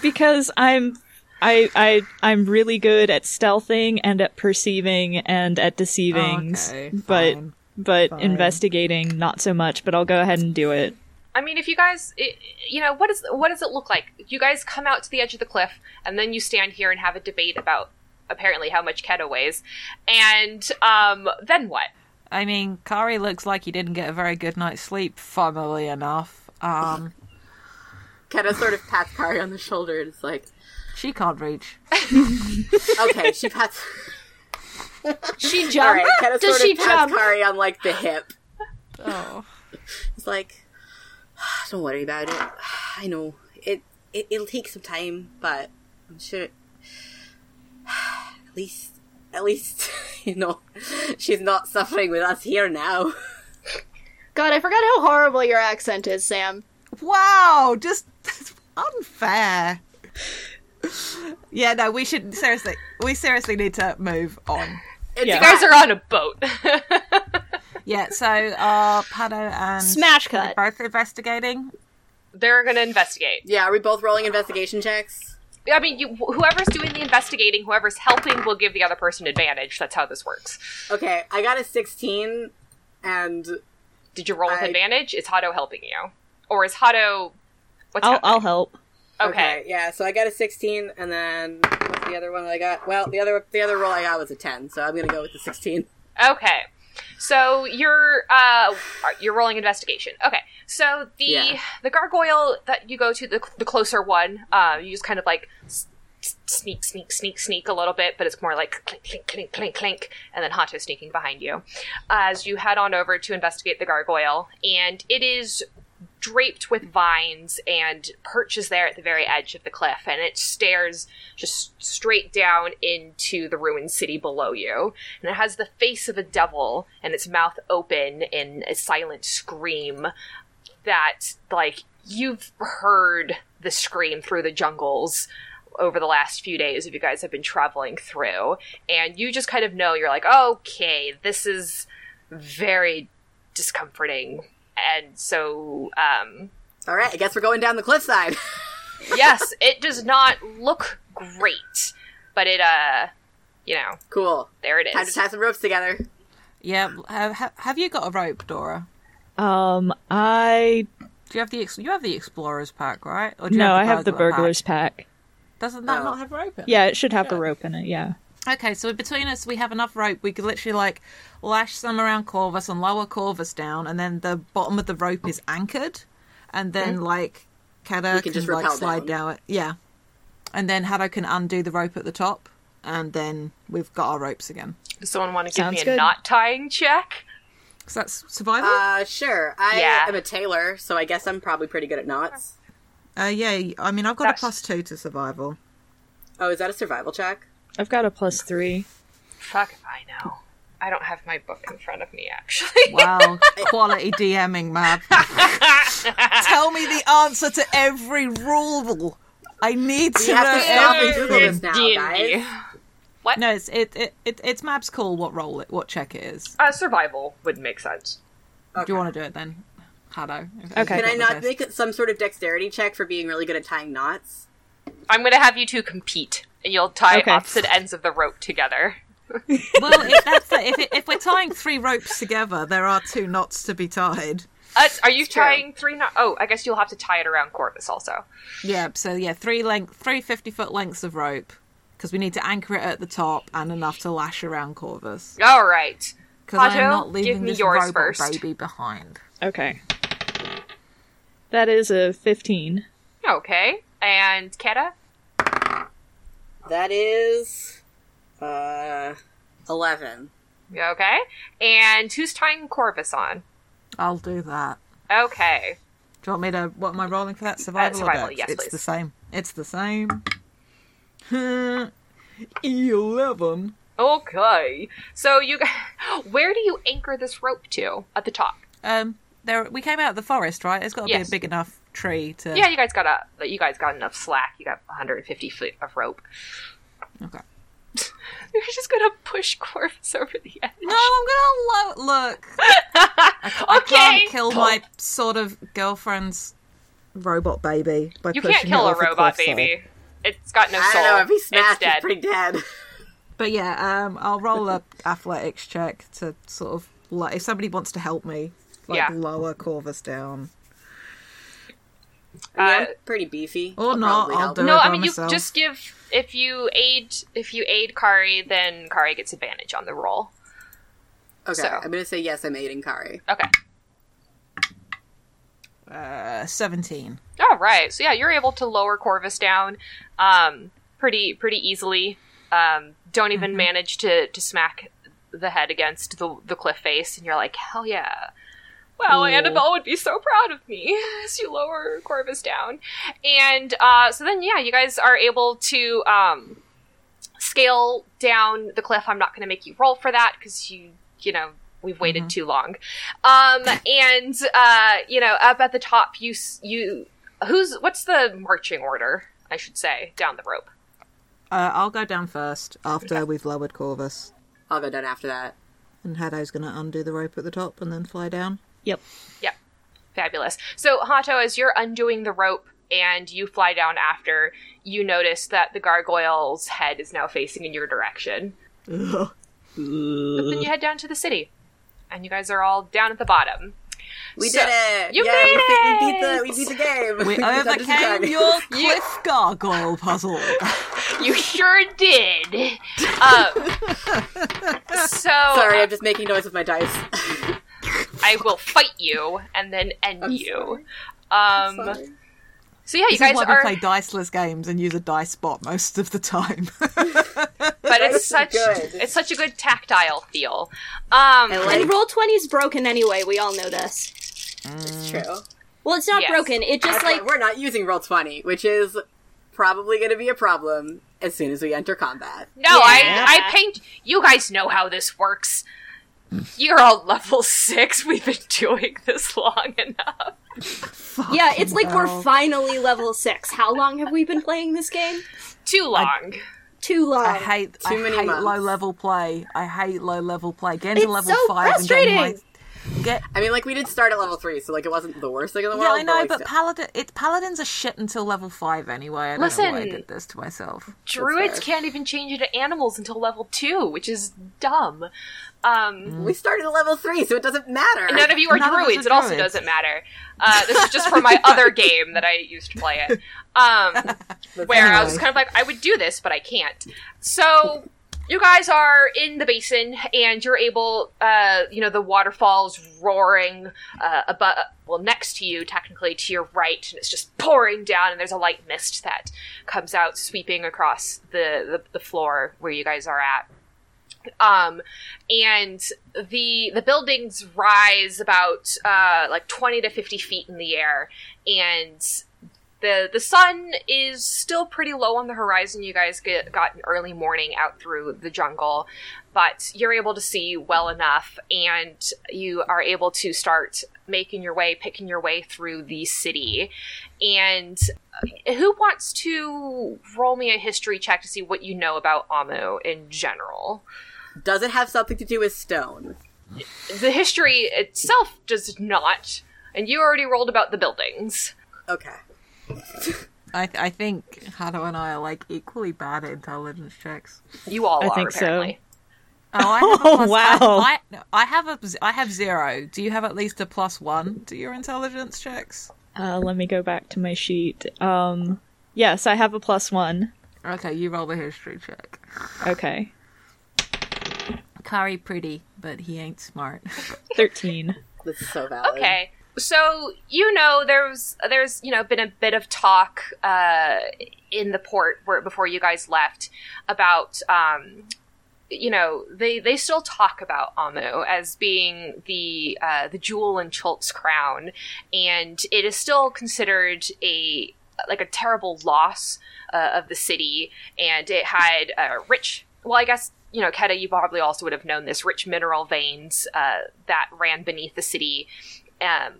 C: because I'm I I I'm really good at stealthing and at perceiving and at deceiving,
G: Okay,
C: but
G: fine,
C: but
G: fine.
C: investigating not so much. But I'll go ahead and do it.
B: I mean, if you guys, it, you know, what is what does it look like? You guys come out to the edge of the cliff, and then you stand here and have a debate about apparently how much Keto weighs, and um, then what?
G: I mean, Kari looks like he didn't get a very good night's sleep, funnily enough. Um,
F: Keta sort of pats Kari on the shoulder and is like,
G: she can't reach.
F: "Okay, she pats."
E: she
F: All
E: jump?
F: right, Keta
E: Does
F: sort
E: she
F: of pats
E: jump?
F: Kari on like the hip.
G: Oh.
F: It's like, don't worry about it. I know it. it it'll take some time, but I'm sure. At least, at least, you know, she's not suffering with us here now.
E: God, I forgot how horrible your accent is, Sam.
G: Wow, just that's unfair. yeah, no, we should seriously, we seriously need to move on.
F: It's
C: Yeah.
B: You guys are on a boat.
G: Yeah, so uh, Pado and
E: Smash
G: are
E: cut.
G: both investigating.
B: They're gonna investigate.
F: Yeah, are we both rolling investigation checks?
B: I mean, you, whoever's doing the investigating, whoever's helping, will give the other person advantage. That's how this works.
F: Okay, I got a 16, and
B: Did you roll with
F: I-
B: advantage? Is Hado helping you, or is Hado? What's
C: I'll
B: happening?
C: I'll help.
B: Okay.
F: okay, yeah, so I got a 16, and then what's the other one that I got? Well, the other the other roll I got was a 10, so I'm gonna go with the 16.
B: Okay. So you're uh you're rolling investigation. Okay. So the
F: Yeah.
B: the gargoyle that you go to the the closer one, uh, you just kind of like s- s- sneak sneak sneak sneak a little bit, but it's more like clink clink clink clink clink, and then Hato sneaking behind you as you head on over to investigate the gargoyle, and it is draped with vines and perches there at the very edge of the cliff and it stares just straight down into the ruined city below you and it has the face of a devil and its mouth open in a silent scream that like you've heard the scream through the jungles over the last few days if you guys have been traveling through and you just kind of know you're like okay this is very discomforting and so um
F: All right, I guess we're going down the cliffside.
B: yes it does not look great but it uh you know
F: cool.
B: there it
F: Time to
B: is
F: tie some ropes together.
G: Yeah, have, ha- have you got a rope, Dora?
C: Um, I
G: Do you have the ex- you have the explorers pack, right? Or do you
C: no, I have the
G: burglar pack?
C: burglars pack.
G: Doesn't that
F: Oh.
G: not have rope? In it?
C: Yeah, it should have the rope in it. Yeah.
G: Okay, so between us, we have enough rope. We could literally like lash some around Corvus and lower Corvus down, and then the bottom of the rope is anchored, and then like Kada
F: You can
G: can,
F: just
G: like
F: rappel
G: slide
F: down.
G: down it. Yeah, and then Hado can undo the rope at the top, and then we've got our ropes again.
B: Does someone want to give
C: Sounds
B: me a
C: good.
B: knot tying check
G: So that's survival. Uh,
F: Uh, sure. I
B: Yeah.
F: am a tailor, so I guess I'm probably pretty good at knots.
G: yeah, Uh, I mean I've got
B: that's-
G: a plus two to survival.
F: Oh, is that a survival check?
C: I've got a plus three.
B: fuck if i know i don't have my book in front of me actually
G: Wow, quality DMing, Mab. Tell me the answer to every rule. I need to
F: You
G: know
F: have to stop and
G: every
F: Google
G: rule.
F: this now,
B: D&D.
F: guys.
G: No, it's it, it, it it's Mab's call what role it what check it is.
B: uh, survival would make sense
G: Do you want to do it then? Hado.
C: Okay.
F: Can I not make it some sort of dexterity check for being really good at tying knots?
B: i'm gonna have you two compete and you'll tie
C: Okay.
B: opposite ends of the rope together
G: Well, if that's the, if it, if we're tying three ropes together, there are two knots to be tied.
B: Uh, are you
F: true.
B: tying three knot? Oh, I guess you'll have to tie it around Corvus also.
G: Yeah. So yeah, three length, three fifty foot lengths of rope because we need to anchor it at the top and enough to lash around Corvus.
B: All right.
G: Because I'm
B: Otto,
G: not leaving
B: give me
G: this
B: yours
G: robot
B: first.
G: baby behind.
C: Okay. That is a 15.
B: Okay. And Keta?
F: That is uh eleven.
B: Okay. And who's tying Corvus on?
G: I'll do that.
B: Okay.
G: Do you want me to? What am I rolling for that survival? or
B: Uh, survival,
G: dex?
B: yes,
G: it's
B: please.
G: the same. It's the same. Eleven.
B: Okay. So you guys, where do you anchor this rope to? At the top.
G: Um, there we came out of the forest, right? It's got to
B: Yes.
G: be a big enough tree to.
B: Yeah, you guys got a you guys got enough slack. You got 150 feet of rope.
G: Okay.
B: You're just gonna push Corvus over the edge.
G: No, I'm gonna lo- look. I
B: okay.
G: can't kill my sort of girlfriend's robot baby by
B: you
G: pushing
B: can't kill a
G: it off a
B: robot
G: cliffside.
B: baby. It's got no soul.
F: I don't know if he
B: it's
F: smashed. He's
B: dead.
F: pretty dead.
G: But yeah, um, I'll roll a athletics check to sort of like if somebody wants to help me, like
B: Yeah.
G: lower Corvus down
F: I mean,
B: Uh,
F: I'm pretty beefy.
G: or
F: I'll
G: not.
F: probably
G: I'll
F: help.
G: do
B: no,
G: it
B: I
G: by
B: mean
G: myself.
B: you just give if you aid if you aid Kari, then Kari gets advantage on the roll.
F: Okay,
B: so.
F: I'm gonna say yes. I'm aiding Kari.
B: Okay.
G: uh, seventeen.
B: All right. So yeah, you're able to lower Corvus down um, pretty pretty easily. Um, don't even manage to to smack the head against the the cliff face, and you're like, hell yeah. Well, Annabelle would be so proud of me as you lower Corvus down, and uh, so then yeah, you guys are able to um, scale down the cliff. I'm not going to make you roll for that because you, you know, we've waited too long. Um, and uh, you know, up at the top, you s- you who's what's the marching order? I should say down the rope.
G: Uh, I'll go down first after we've lowered Corvus,
F: I'll go down after that.
G: and Hado's going to undo the rope at the top and then fly down.
C: Yep.
B: Yep, fabulous. So Hato, as you're undoing the rope and you fly down after, you notice that the gargoyle's head is now facing in your direction. But then you head down to the city, and you guys are all down at the bottom.
F: We
B: So-
F: did it.
B: You
F: yeah,
B: did
F: we, beat, we beat the
B: it!
F: we beat the game.
G: We
F: got Dungeons and
G: overcame
F: Dragons.
G: your cliff gargoyle puzzle.
B: You sure did. Um, so
F: Sorry, I'm just making noise with my dice.
B: I will fight you and then end you. Um,
F: Sorry.
B: so yeah, you
G: this is
B: guys
G: why we
B: are,
G: play diceless games and use a dice spot most of the time.
B: but it's
F: That's
B: such
F: good.
B: it's such a good tactile feel. Um,
F: like-
E: And roll twenty is broken anyway. We all know this.
F: It's true.
E: Well, it's not
B: Yes.
E: broken. It just
F: That's
E: like
F: why we're not using roll twenty, which is probably going to be a problem as soon as we enter combat.
B: no,
E: Yeah.
B: I I paint. You guys know how this works. You're all level six. We've been doing this long enough.
E: yeah, it's like
G: hell.
E: we're finally level six. How long have we been playing this game?
B: Too long.
E: Too long.
G: I hate I
F: many
G: hate
F: months.
G: low level play. I hate low level play. Getting to
E: It's
G: level
E: so
G: five and
E: frustrating.
G: getting my get
F: I mean, like we did start at level three, so like it wasn't the worst thing in the
G: yeah,
F: world.
G: I know,
F: like,
G: but
F: still-
G: paladin it paladins are shit until level five anyway. I don't know why I
B: Listen.
G: did this to myself.
B: Druids can't even change into animals until level two, which is dumb. Um,
F: we started at level three, so it doesn't matter.
B: None of you are
G: None of us
B: druids.
G: are
B: It also
G: druids.
B: doesn't matter. Uh, this is just for my other game that I used to play it, um, where I was
G: anyway.
B: kind of like, I would do this, but I can't. So you guys are in the basin, and you're able, uh, you know, the waterfall's roaring uh, above, well, next to you, technically to your right, and it's just pouring down, and there's a light mist that comes out sweeping across the the, the floor where you guys are at um and the the buildings rise about uh like 20 to 50 feet in the air and the the sun is still pretty low on the horizon you guys get, got an early morning out through the jungle but you're able to see well enough and you are able to start making your way picking your way through the city and uh, who wants to roll me a history check to see what you know about amu in general
F: Does it have something to do with stone?
B: the history itself does not. And you already rolled about the buildings.
F: Okay.
G: I I think Hado and I are like equally bad at intelligence checks.
B: You all
C: I
B: are
C: think so.
B: apparently.
G: Oh, I have a plus,
C: wow.
G: I, I, I have a I have zero. Do you have at least a plus one to your intelligence checks?
C: Uh, let me go back to my sheet. Um, yes, I have a plus one.
G: Okay, you roll the history check.
C: Okay.
G: Kari pretty, but he ain't smart.
C: 13.
F: This is so valid.
B: Okay. So you know there's there's you know been a bit of talk uh, in the port where, before you guys left about um, you know they they still talk about Amu as being the uh, the jewel in Chult's crown, and it is still considered a like a terrible loss uh, of the city, and it had uh, rich. Well, I guess you know, Keta, you probably also would have known this rich mineral veins uh, that ran beneath the city. Um,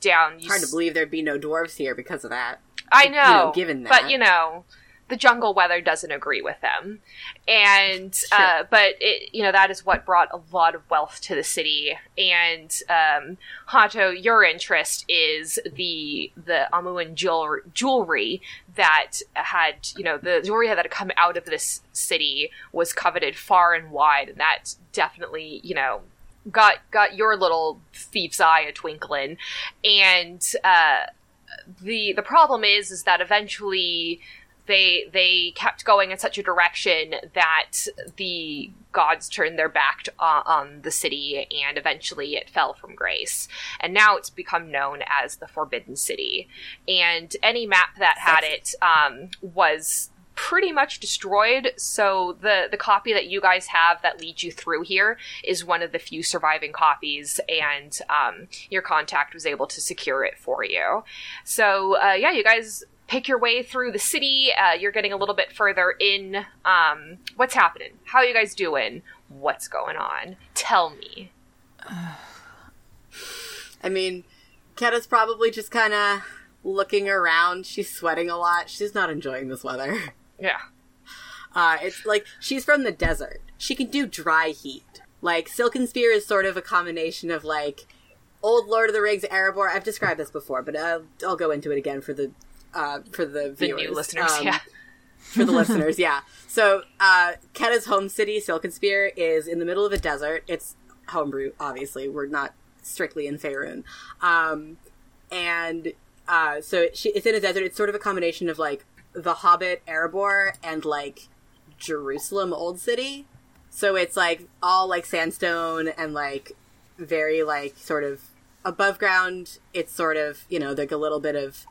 B: down, you
F: Hard to
B: s-
F: believe there'd be no dwarves here because of that.
B: I
F: you
B: know,
F: know, given that.
B: but you know, the jungle weather doesn't agree with them, and uh, but it, you know that is what brought a lot of wealth to the city. And um, Hato, your interest is the the Amuan jewel- jewelry that had you know the jewelry that had come out of this city was coveted far and wide, and that definitely you know got got your little thief's eye a twinkling, and. Uh, the the problem is is that eventually they they kept going in such a direction that the gods turned their back to, uh, on the city and eventually it fell from grace and now it's become known as the forbidden city and any map that had it um, was pretty much destroyed so the the copy that you guys have that leads you through here is one of the few surviving copies and um, your contact was able to secure it for you so uh, yeah, you guys pick your way through the city. Uh, you're getting a little bit further in. Um, what's happening? How you guys doing? What's going on? Tell me.
F: I mean, Keta's probably just kind of looking around. She's sweating a lot. She's not enjoying this weather.
B: Yeah.
F: Uh, it's like she's from the desert. She can do dry heat. Like Silken Spear is sort of a combination of like old Lord of the Rings Erebor. I've described this before, but uh, I'll go into it again for the uh, for the
B: The
F: viewers,
B: new listeners.
F: Um,
B: yeah.
F: for the listeners. Yeah. So uh, Keta's home city, Silken Spear, is in the middle of a desert. It's homebrew, obviously. We're not strictly in Faerun. Um, and uh, so it, she, it's in a desert. It's sort of a combination of like The Hobbit, Erebor, and like Jerusalem, Old City. So it's like all like sandstone and like very like sort of above ground. It's sort of you know like a little bit of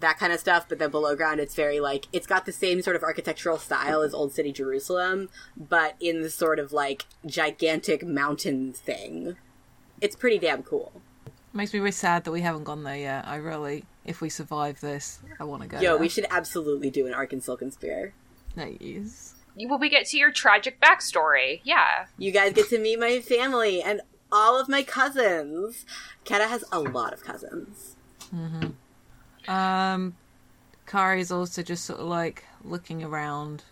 F: that kind of stuff, but then below ground, it's very like it's got the same sort of architectural style as Old City Jerusalem, but in the sort of like gigantic mountain thing. It's pretty damn cool.
G: Makes me really sad that we haven't gone there yet. I really, if we survive this, I want to go.
F: Yo,
G: there.
F: we should absolutely do an Ark and Silken Spear.
G: No use.
B: You- Well, we get to your tragic backstory. Yeah.
F: You guys get to meet my family and all of my cousins. Keta has a lot of cousins.
G: Um, Kari's also just sort of like looking around,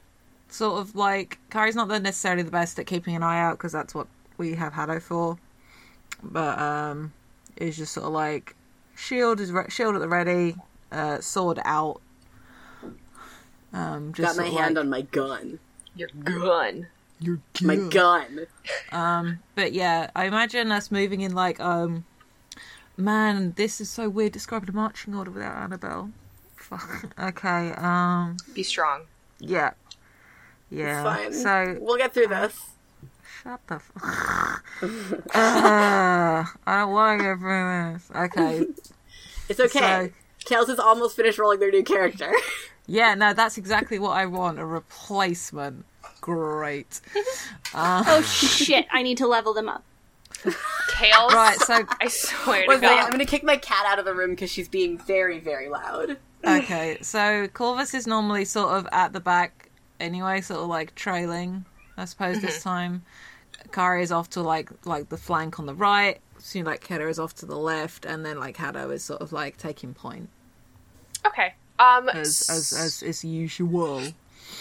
G: sort of like Kari's not the- necessarily the best at keeping an eye out because that's what we have Haddo for, but um, is just sort of like shield is re- shield at the ready, uh, sword out. Um, just
F: Got my
G: sort of
F: hand
G: like-
F: on my gun.
B: Your gun.
F: My gun.
G: But yeah, I imagine us moving in like, um, man, this is so weird describing a marching order without Annabelle. Fuck. Okay. Um.
B: Be strong.
G: Yeah. Yeah.
F: Fine.
G: So
F: we'll get through this.
G: shut the. F- uh, I don't want to go through this. Okay.
F: It's okay. Tails has almost finished rolling their new character.
G: Yeah. No, that's exactly what I want—a replacement. Great.
E: Oh shit, I need to level them up.
B: Tails.
G: Right. So
B: I swear to
F: Wait, I'm
B: God.
F: gonna kick my cat out of the room because she's being very, very loud.
G: Okay, so Corvus is normally sort of at the back anyway, sort of like trailing. I suppose
F: Mm-hmm.
G: this time, Kari is off to like like the flank on the right. Soon, like Kera is off to the left, and then like Hado is sort of like taking point
B: Okay. Um,
G: as as as is usual.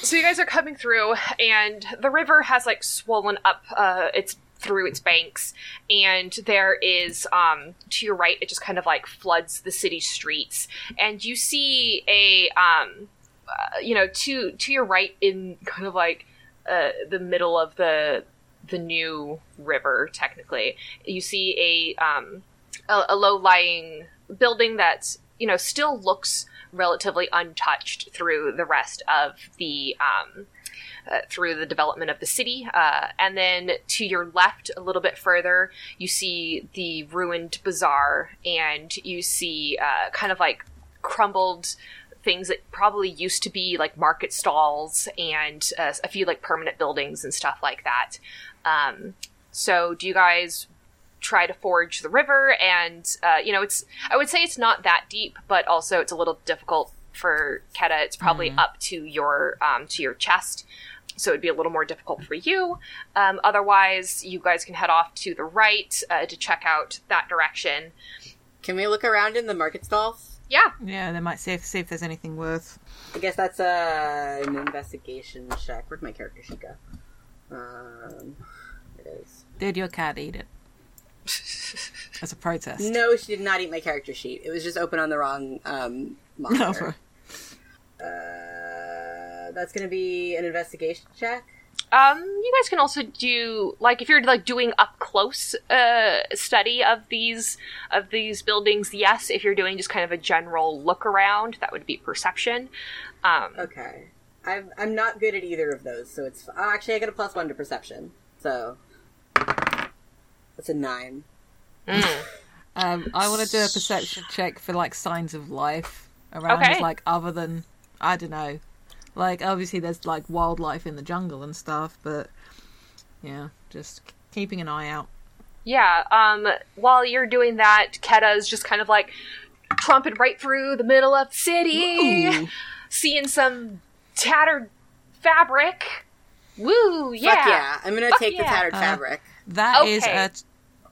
B: so you guys are coming through and the river has like swollen up uh it's through its banks and there is um to your right it just kind of like floods the city streets and you see a um uh, you know to to your right in kind of like uh the middle of the the new river technically you see a um a, a low lying building that you know still looks relatively untouched through the rest of the um, uh, through the development of the city. Uh, and then to your left, a little bit further, you see the ruined bazaar, and you see uh, kind of like crumbled things that probably used to be like market stalls and uh, a few like permanent buildings and stuff like that. Um, so, do you guys try to forge the river? And uh, you know, it's I would say it's not that deep, but also it's a little difficult for Keta. It's probably up to your um, to your chest, so it'd be a little more difficult for you. Um, otherwise, you guys can head off to the right uh, to check out that direction.
F: Can we look around in the market stalls?
B: Yeah,
G: Yeah, they might see if, see if there's anything worth.
F: I guess that's uh, an investigation check. Where'd my character sheet go? Um, it is.
G: Did your cat eat it? As a protest.
F: No, she did not eat my character sheet. It was just open on the wrong um, monitor. uh, that's going to be an investigation check.
B: Um, you guys can also do like if you're like doing up close uh, study of these of these buildings. Yes, if you're doing just kind of a general look around, that would be perception. Um,
F: Okay. I'm, I'm not good at either of those, so it's. Oh, actually, I get a plus one to perception. So. That's a nine.
G: Um, I want to do a perception check for like signs of life around,
B: Okay.
G: like other than I don't know. Like obviously there's like wildlife in the jungle and stuff, but yeah, just keeping an eye out.
B: yeah. Um, while you're doing that, Keta is just kind of like tromping right through the middle of the city, seeing some tattered fabric. Woo! Yeah.
F: Fuck yeah. I'm going to take the
B: yeah.
F: tattered fabric.
G: That is
B: Okay.
G: a t-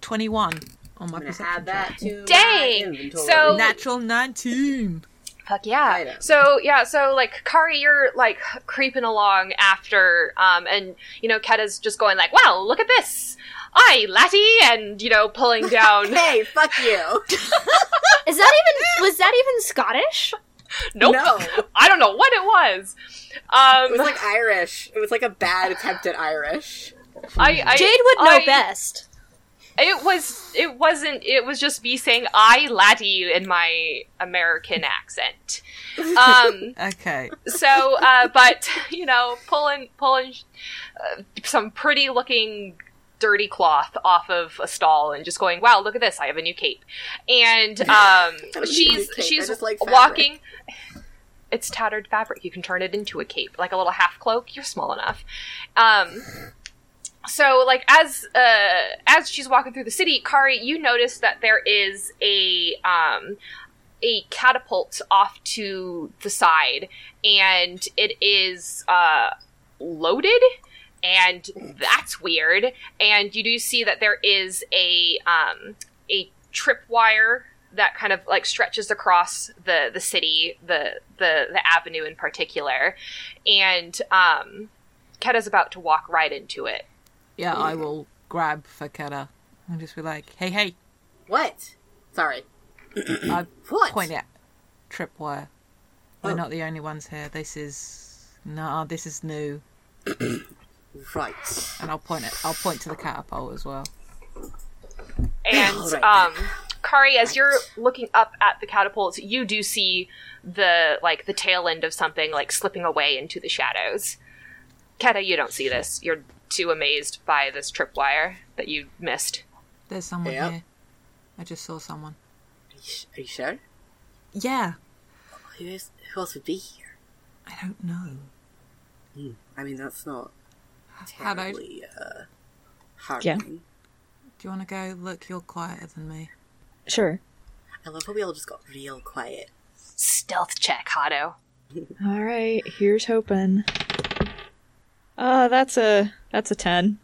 G: twenty-one on my
F: I'm going to
G: perception.
F: add that to
B: Dang!
F: my inventory.
B: So-
G: Natural nineteen.
B: Fuck yeah.
F: I know.
B: So yeah, so like Kari, you're like creeping along after, um, and you know Keta's just going like, "Wow, look at this, I Laddie," and you know pulling down.
F: Hey, fuck you!
E: Is that even was that even Scottish?
B: nope,
F: No.
B: I don't know what it was.
F: It was
B: Um,
F: like Irish. It was like a bad attempt at Irish.
B: I, I
E: Jade would know
B: I-
E: best.
B: It was it wasn't it was just me saying "I Laddie" in my American accent. Um,
G: Okay.
B: so uh, but you know pulling pulling uh, some pretty looking dirty cloth off of a stall and just going wow look at this i have a new cape and um
F: don't need a new
B: she's
F: cape, I
B: she's
F: just like fabric.
B: walking it's tattered fabric you can turn it into a cape like a little half cloak you're small enough um so like as uh as she's walking through the city kari you notice that there is a um a catapult off to the side and it is uh loaded and that's weird and you do see that there is a um a tripwire that kind of like stretches across the the city the the the avenue in particular and um Keta's about to walk right into it
G: Yeah, I will grab Faketa and just be like, "Hey, hey!"
F: What? Sorry.
G: I
F: What?
G: point at Tripwire. We're not the only ones here. This is nah. This is new.
F: Right.
G: And I'll point it. I'll point to the catapult as well.
B: And
F: Right
B: um, Kari, as you're looking up at the catapult, you do see the like the tail end of something like slipping away into the shadows. Keta, you don't see this. You're too amazed by this tripwire that you missed.
G: There's someone
F: Yep.
G: here. I just saw someone.
F: Are you sure?
G: Yeah.
F: Who, is, who else would be here?
G: I don't know.
F: I mean, that's not
G: Hello. Do
F: really uh, hard.
C: Yeah.
G: you want to go? Look, you're quieter than me.
C: Sure.
F: I love how we all just got real quiet.
B: Stealth check, Hato.
C: All right, here's hoping. Uh, that's a that's a ten.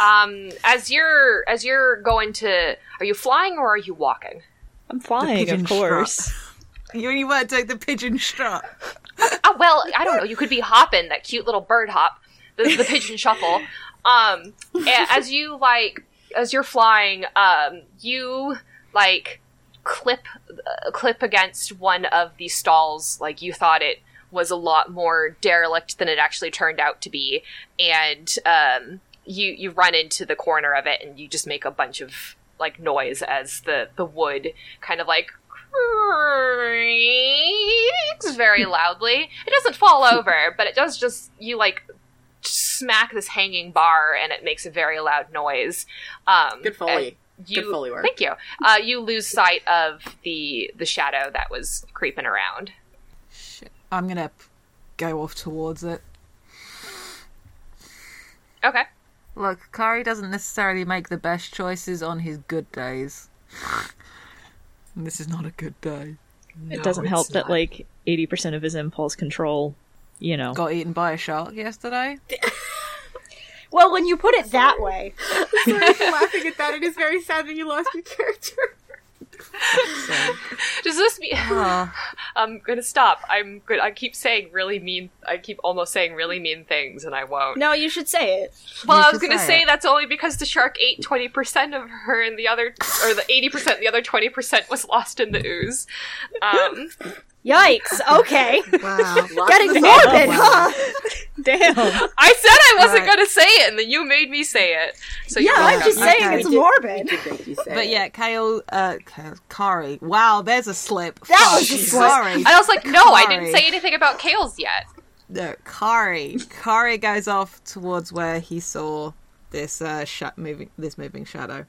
B: Um, as you're as you're going to, are you flying or are you walking?
C: I'm flying,
G: pigeon
C: of course.
G: You only want to take the pigeon strut.
B: Oh well, I don't know. You could be hopping that cute little bird hop, the, the pigeon shuffle. Um, a- as you like, as you're flying, um, you like clip uh, clip against one of the stalls. Like you thought it was a lot more derelict than it actually turned out to be, and um, you you run into the corner of it, and you just make a bunch of like noise as the the wood kind of like squeaks very loudly. It doesn't fall over, but it does just you like smack this hanging bar, and it makes a very loud noise. Um,
F: Good foley.
B: and You,
F: Good foley work.
B: Thank you. Uh, you lose sight of the the shadow that was creeping around.
G: I'm gonna p- go off towards it.
B: Okay.
G: Look, Kari doesn't necessarily make the best choices on his good days. And this is not a good day.
C: it doesn't
A: it's
C: help
A: not.
C: that like 80% of his impulse control, you know.
G: Got eaten by a shark yesterday.
E: Well, when you put it that way,
F: I'm laughing at that. It is very sad that you lost your character.
B: Does this mean I'm gonna stop? I'm good. I keep saying really mean. I keep almost saying really mean things, and I won't.
E: no, you should say it.
B: well, I
G: should
B: was gonna
G: say
B: say
G: it.
B: that's only because the shark ate twenty percent of her, and the other, or the eighty percent, the other twenty percent was lost in the ooze. Um,
E: Yikes! Okay,
D: Wow.
F: Lost
E: getting
F: the
E: morbid,
F: song.
E: huh?
C: Damn.
B: I said I wasn't
G: Right.
B: gonna say it, and then you made me say it. So
E: Yeah,
B: you're
E: I'm
B: welcome.
E: just
D: Okay.
E: saying it's
F: You did-
E: morbid.
F: you did make you say
G: But
F: it.
G: yeah, Kale, uh, Kale- Kari. Wow, there's a slip.
E: That
G: Fuck,
E: was a slip.
G: Sorry.
B: And I was like, no, I didn't
G: Sorry.
B: say anything about Kales yet.
G: No, Kari. Kari goes off towards where he saw this uh, sh- moving, this moving shadow.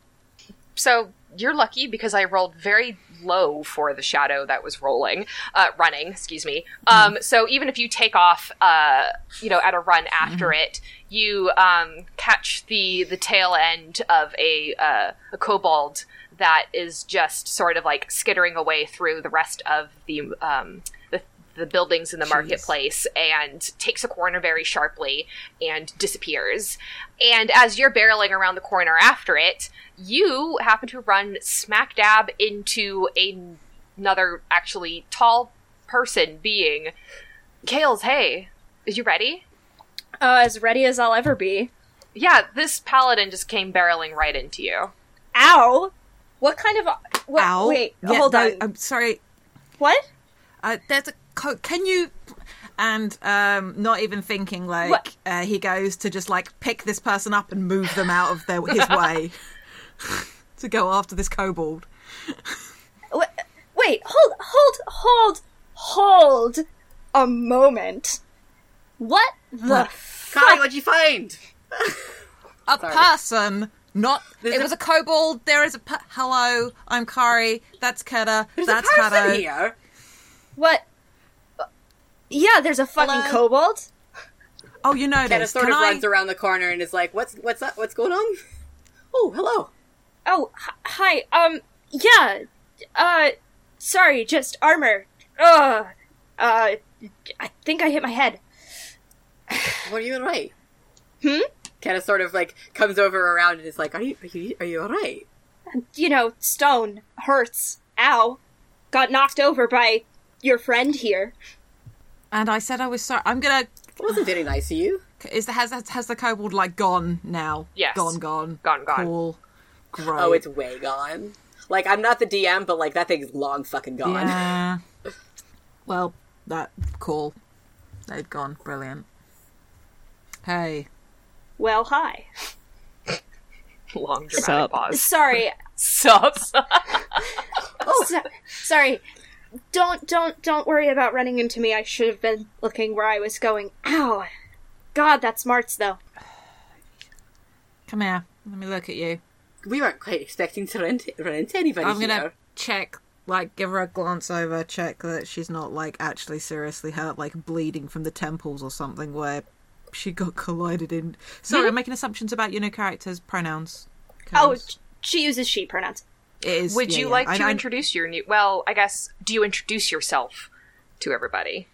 B: So you're lucky because I rolled very low for the shadow that was rolling, uh, running. Excuse me. Um, So even if you take off, uh, you know, at a run after it, you um, catch the the tail end of a uh, a kobold that is just sort of like skittering away through the rest of the um, the, the buildings in the marketplace and takes a corner very sharply and disappears. And as you're barreling around the corner after it, you happen to run smack dab into an- another actually tall person being Kales. Hey, are you ready?
E: Oh, as ready as I'll ever be.
B: Yeah, this paladin just came barreling right into you.
E: Ow! What kind of? What,
G: Ow.
E: Wait,
G: Yeah,
E: hold
G: no,
E: on.
G: I'm sorry.
E: what?
G: Uh, there's a. Co- can you? And um, not even thinking, like
E: What?
G: uh, he goes to just like pick this person up and move them out of their his way to go after this kobold.
E: Wait, wait, hold, hold, hold, hold a moment. What the f-
F: Kari, what'd you find?
G: a person, not. it was a kobold. There is a. Pe- Hello, I'm Kari. That's Keda.
F: There's
G: That's
F: a person
G: Kato.
F: here.
E: what? Yeah, there's a fucking
G: Hello?
E: kobold.
G: Oh, you know
F: Kenna
G: this.
F: sort
G: Can
F: of
G: I?
F: runs around the corner and is like, "What's what's up? What's going on? Oh, hello.
E: Oh, h- hi. Um, yeah. Uh, sorry, just armor. Ugh. Uh, I think I hit my head.
F: What are you all right?"
E: Hmm?
F: Kenna sort of like comes over around and is like, "Are you are you are you all right?"
E: You know, stone hurts. Ow. Got knocked over by your friend here.
G: And I said I was sorry. I'm gonna.
F: It wasn't very nice of you.
G: Is the, has has the kobold like gone now?
B: Yes.
G: Gone, gone,
B: Gone, gone.
G: Cool. Great.
F: Oh, it's way gone. Like I'm not the DM, but like that thing's long fucking gone.
G: Yeah. well, that cool. They've gone. Brilliant. Hey.
E: Well, hi.
B: Long dramatic
C: Sup.
B: pause.
E: Sorry.
B: Sup?
E: Oh, so- sorry. Don't don't don't worry about running into me. I should have been looking where I was going. Ow. God, that smarts though.
G: Come here. Let me look at you.
F: We weren't quite expecting to run, to, run into anybody
G: I'm gonna
F: here.
G: check, like, give her a glance over, check that she's not like actually seriously hurt, like bleeding from the temples or something where she got collided in. Sorry, I'm making assumptions about you know characters, pronouns.
E: Oh,
G: Cause
E: she uses she pronouns.
G: it is.
B: Would
G: yeah,
B: you
G: yeah.
B: like
G: I-
B: to
G: I-
B: introduce your new? Well, I guess do you introduce yourself to everybody?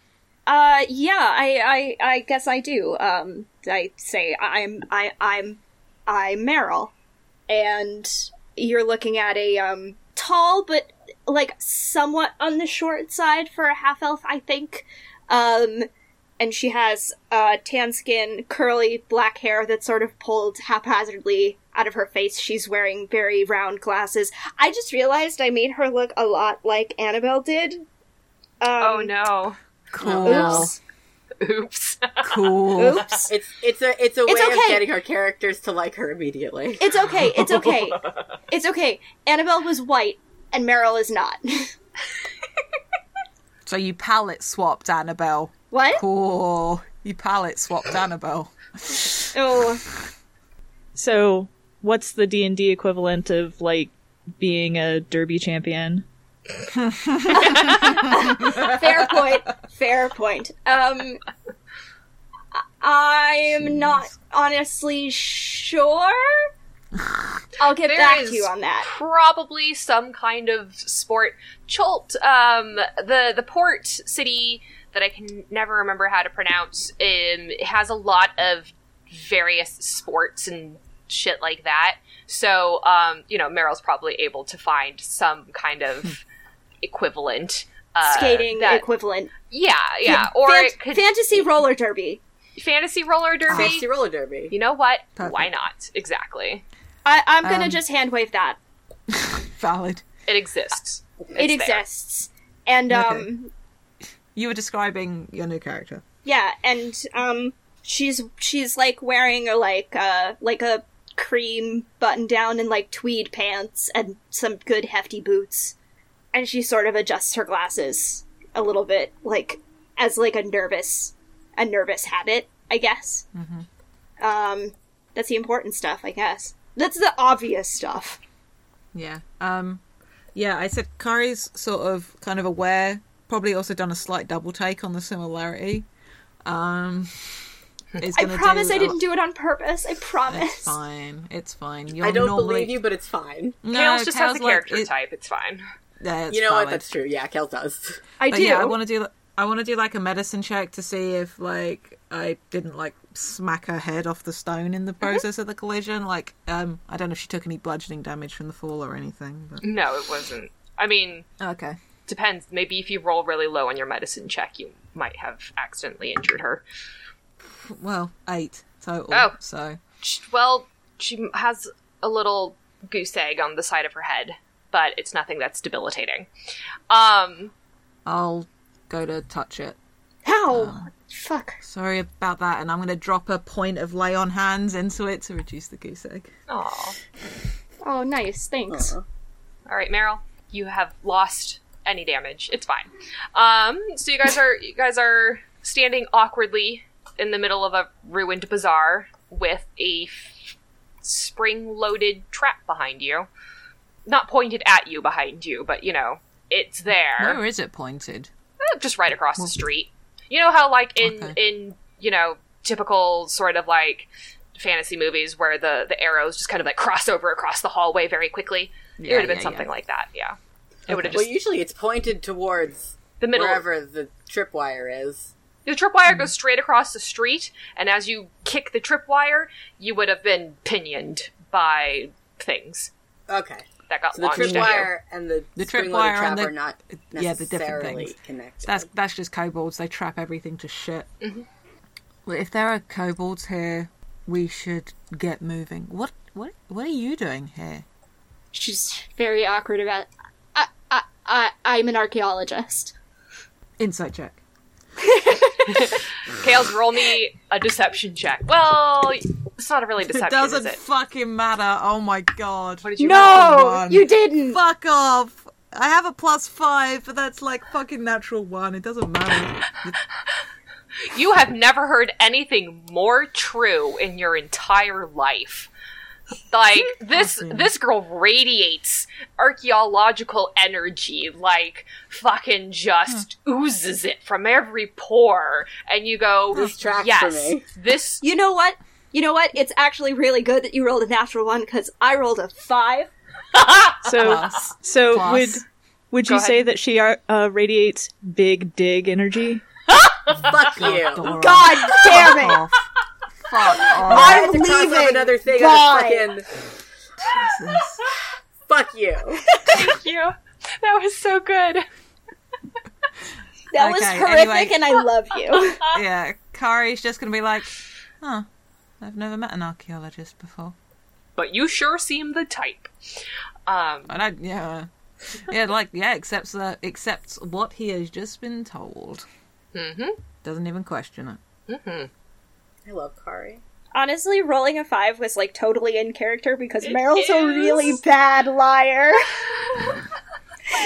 E: Uh, yeah, I, I, I guess I do. Um, I say I'm, I, I'm, I'm Meryl, and you're looking at a um tall but like somewhat on the short side for a half elf, I think. Um, and she has uh tan skin, curly black hair that's sort of pulled haphazardly out of her face. She's wearing very round glasses. I just realized I made her look a lot like Annabelle did. Um,
B: Oh no!
G: Cool.
E: Oops.
B: Oops.
G: Cool.
E: Oops.
F: It's it's a it's a
E: It's
F: way of
E: okay.
F: getting our characters to like her immediately.
E: It's okay. It's okay. it's okay. Annabelle was white and Meryl is not.
G: So you palette swapped Annabelle.
E: What?
G: Cool. You palette swapped Annabelle.
E: Oh,
C: So, what's the D and D equivalent of like being a derby champion?
E: fair point. Fair point. Um, I am not honestly sure. I'll get
B: There
E: back
B: is
E: to you on that.
B: Probably some kind of sport. Cholt, um, the the port city that I can never remember how to pronounce, um, has a lot of various sports and shit like that. So, um, you know, Meryl's probably able to find some kind of
G: Hmm.
B: equivalent. Uh,
E: Skating
B: that-
E: equivalent.
B: yeah, yeah, or
E: Fan-
B: it could
E: fantasy roller derby.
B: fantasy roller derby.
F: Fantasy roller derby.
B: you know what?
G: Perfect.
B: Why not? Exactly,
E: I, I'm gonna
G: Um,
E: just hand wave that.
G: Valid.
B: it exists.
E: It
B: It's there.
E: exists, and um,
G: Okay. You were describing your new character.
E: Yeah, and um she's she's like wearing a like uh like a cream button down and like tweed pants and some good hefty boots. And she sort of adjusts her glasses a little bit, like as like a nervous a nervous habit, I guess.
G: Mm-hmm.
E: Um that's the important stuff, I guess. That's the obvious stuff.
G: Yeah. Um yeah, I said Kari's sort of kind of aware, probably also done a slight double take on the similarity. Um it's
E: I
G: gonna
E: promise
G: do
E: I
G: a-
E: didn't do it on purpose. I promise.
G: Fine. It's fine. You're
F: I don't
G: normally...
F: believe you, but it's fine.
G: No,
B: Tails just has
G: Tails
B: the
G: like-
B: character
G: it-
B: type. It's fine.
G: Yeah, it's
F: you know what?
G: valid.
F: That's true. Yeah, Kel does.
E: I
G: But
E: do.
G: yeah, I want to do. I want to do like a medicine check to see if like I didn't like smack her head off the stone in the
E: Mm-hmm.
G: process of the collision. Like, um, I don't know if she took any bludgeoning damage from the fall or anything.
E: Mm.
G: But
B: No, it wasn't. I mean,
G: okay,
B: depends. Maybe if you roll really low on your medicine check, you might have accidentally injured her.
G: well, eight total.
B: Oh.
G: so
B: Sh- Well, she m- has a little goose egg on the side of her head, but it's nothing that's debilitating. Um,
G: I'll go to touch it.
E: How?
G: Uh.
E: Fuck.
G: Sorry about that, and I'm going to drop a point of lay on hands into it to reduce the goose egg.
B: aw.
E: Oh, nice. Thanks.
B: All right, Meryl, you have lost any damage. It's fine. Um, so you guys are you guys are standing awkwardly in the middle of a ruined bazaar with a f- spring-loaded trap behind you. Not pointed at you behind you, but you know, it's there.
G: Where is it pointed?
B: Eh, Just right across the street. You know how like in
G: Okay.
B: in, you know, typical sort of like fantasy movies where the the arrows just kind of like cross over across the hallway very quickly. it would have been
G: yeah,
B: something
G: yeah.
B: like that, yeah. It would have
F: Well,
B: just
F: usually it's pointed towards
B: the middle.
F: wherever the tripwire is.
B: The
G: Hmm.
B: tripwire goes straight across the street, and as you kick the tripwire, you would have been pinioned by things
F: Okay.
B: that got
F: So the
B: launched at you.
F: tripwire and the,
G: The
F: spring-loaded
G: tripwire
F: trap
G: and the-
F: are not
G: yeah, the different
F: necessarily
G: things.
F: connected.
G: That's that's just kobolds. They trap everything to shit. Well, if there are kobolds here, we should get moving. What what what are you doing here?
E: she's very awkward about I, I, I, I'm an archaeologist.
G: Insight check.
B: Kales, roll me a deception check. Well, it's not really deception,
G: It doesn't
B: is it?
G: fucking matter. Oh my god.
B: What did you
G: roll one?
E: you didn't.
G: Fuck off. I have a plus five, but that's like fucking natural one. It doesn't matter.
B: roll? You have never heard anything more true in your entire life. Like this, this girl radiates archaeological energy, like fucking just oozes it from every pore, and you go,
F: This tracks for
B: yes,
F: me."
B: this
E: You know what? You know what? It's actually really good that you rolled a natural one because I rolled a five.
C: So,
G: Plus.
C: so
G: Plus.
C: would would you
B: ahead.
C: say that she are, uh, radiates big dig energy?
F: Fuck you.
G: Dora.
E: God damn
G: Fuck
E: it!
G: off. Fuck off.
F: I'm leaving. another thing on
E: Bye.
F: fucking.
G: Jesus.
F: Fuck you.
B: you. That was so good.
E: That was
G: Okay,
E: horrific,
G: anyway.
E: and I love you.
G: yeah, Kari's just gonna be like, huh, I've never met an archaeologist before.
B: But you sure seem the type. Um,
G: I don't. Yeah, yeah, like yeah, accepts that, accepts what he has just been told.
B: Mhm.
G: Doesn't even question it.
F: I love Kari.
E: Honestly, rolling a five was like totally in character because
B: is.
E: Meryl's a really bad liar.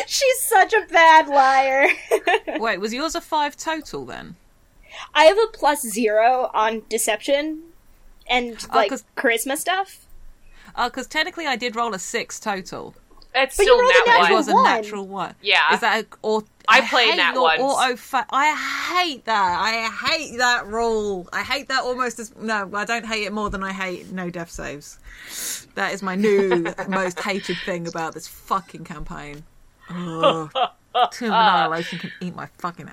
E: She's such a bad liar.
G: Wait, was yours a five total then?
E: I have a plus zero on deception and like
G: 'cause-
E: charisma stuff.
G: Oh, because technically I did roll a six total.
B: It's
E: But you
B: still
E: rolled a
B: that
E: natural
G: It
B: one.
G: was a
E: one.
G: natural one.
B: Yeah.
G: Is that a, or
B: I played
G: hate
B: that
G: your
B: once.
G: autofa- I hate that. I hate that roll. I hate that almost as no. I don't hate it more than I hate no death saves. That is my new most hated thing about this fucking campaign. Ugh. Tomb of Annihilation can eat my fucking.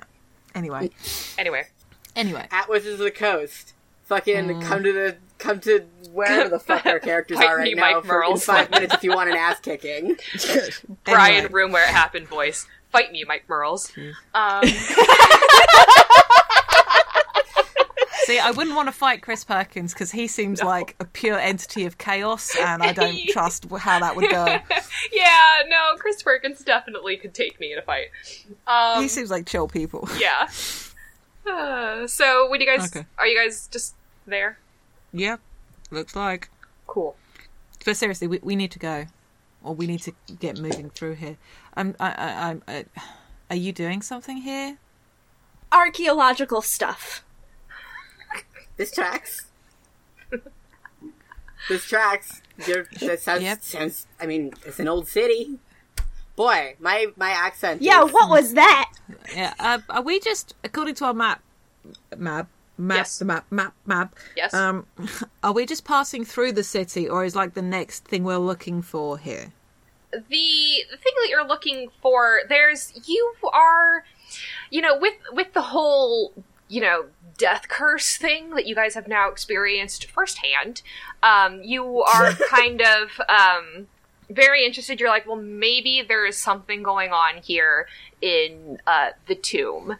G: Anyway,
B: Anyway,
G: anyway.
F: Atwas is the coast. Fucking
G: Mm.
F: come to the come to wherever the fuck our characters
B: Fight
F: are
B: me,
F: right
B: Mike
F: now for in
B: Merles.
F: five minutes if you want an ass kicking.
B: Brian,
G: Anyway.
B: room where it happened voice. Fight me, Mike Merles. Um,
G: See, I wouldn't want to fight Chris Perkins because he seems like a pure entity of chaos, and I don't trust how that would go.
B: yeah, no, Chris Perkins definitely could take me in a fight. Um,
G: He seems like chill people.
B: yeah. Uh, so, would you guys?
G: Okay.
B: Are you guys just there?
G: Yep, looks like.
B: Cool.
G: But seriously, we, we need to go, or we need to get moving through here. I'm, I, I, I'm. Uh, are you doing something here?
E: Archaeological stuff.
F: This tracks. this tracks. You're, that sounds,
G: Yep.
F: sounds. I mean, it's an old city. Boy, my my accent.
E: Yeah,
F: is-
E: what was that?
G: Yeah. Uh, are we just according to our map? Map. Map,
B: Yes.
G: the map, map, map.
B: Yes.
G: Um, are we just passing through the city, or is like the next thing we're looking for here?
B: the the thing that you're looking for there's you are you know with with the whole you know death curse thing that you guys have now experienced firsthand um you are kind of um very interested you're like well maybe there is something going on here in uh the tomb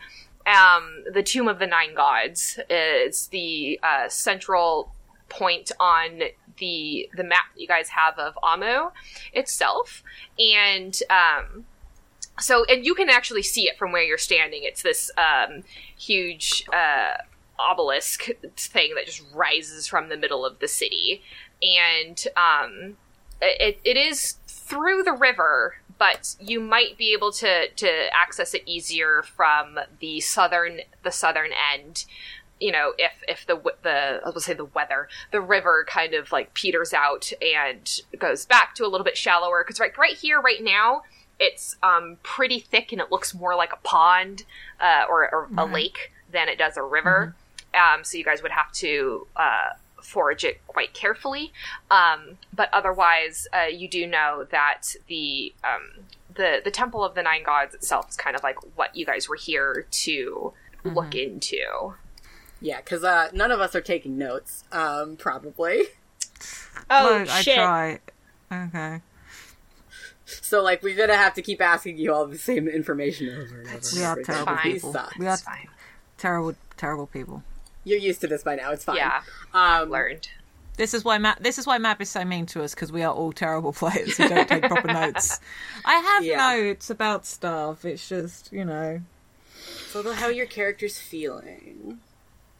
B: um the tomb of the nine gods is the uh central point on the the map that you guys have of Amo itself, and um, so and you can actually see it from where you're standing. It's this um, huge uh, obelisk thing that just rises from the middle of the city, and um, it, it is through the river. But you might be able to, to access it easier from the southern the southern end, you know, if if the w- the I was say the weather, the river kind of like peters out and goes back to a little bit shallower because like right here, right now, it's um pretty thick and it looks more like a pond uh, or, or a lake than it does a river. Um, so you guys would have to uh, forage it quite carefully. Um, but otherwise, uh, you do know that the um, the the temple of the nine gods itself is kind of like what you guys were here to
F: Mm-hmm.
B: look into.
F: Yeah, because uh, none of us are taking notes. Um, probably.
E: Oh
G: Look,
E: shit.
G: I try. Okay.
F: So like, we're gonna have to keep asking you all the same information over and over.
G: We
F: and
G: are
F: over again.
G: terrible
F: You
G: people.
F: suck.
G: We are
B: It's fine.
G: terrible, terrible people.
F: You're used to this by now. It's fine.
B: Yeah,
F: Um,
B: learned.
G: This is why Map. This is why Map is so mean to us because we are all terrible players who don't take proper notes. I have
F: Yeah.
G: notes about stuff. It's just you know.
F: So how your character's feeling?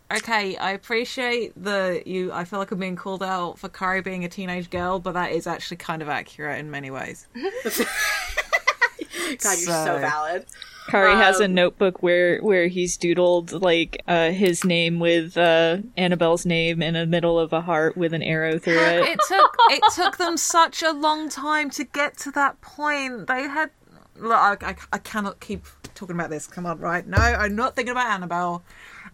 G: Okay, I appreciate the you. I feel like I'm being called out for Kari being a teenage girl, but that is actually kind of accurate in many ways.
F: God, you're so,
G: So-
F: valid.
C: Kari has a notebook where where he's doodled like uh, his name with uh, Annabelle's name in the middle of a heart with an arrow through it.
G: It took it took them such a long time to get to that point. They had look. I, I, I cannot keep talking about this. Come on, right? No, I'm not thinking about Annabelle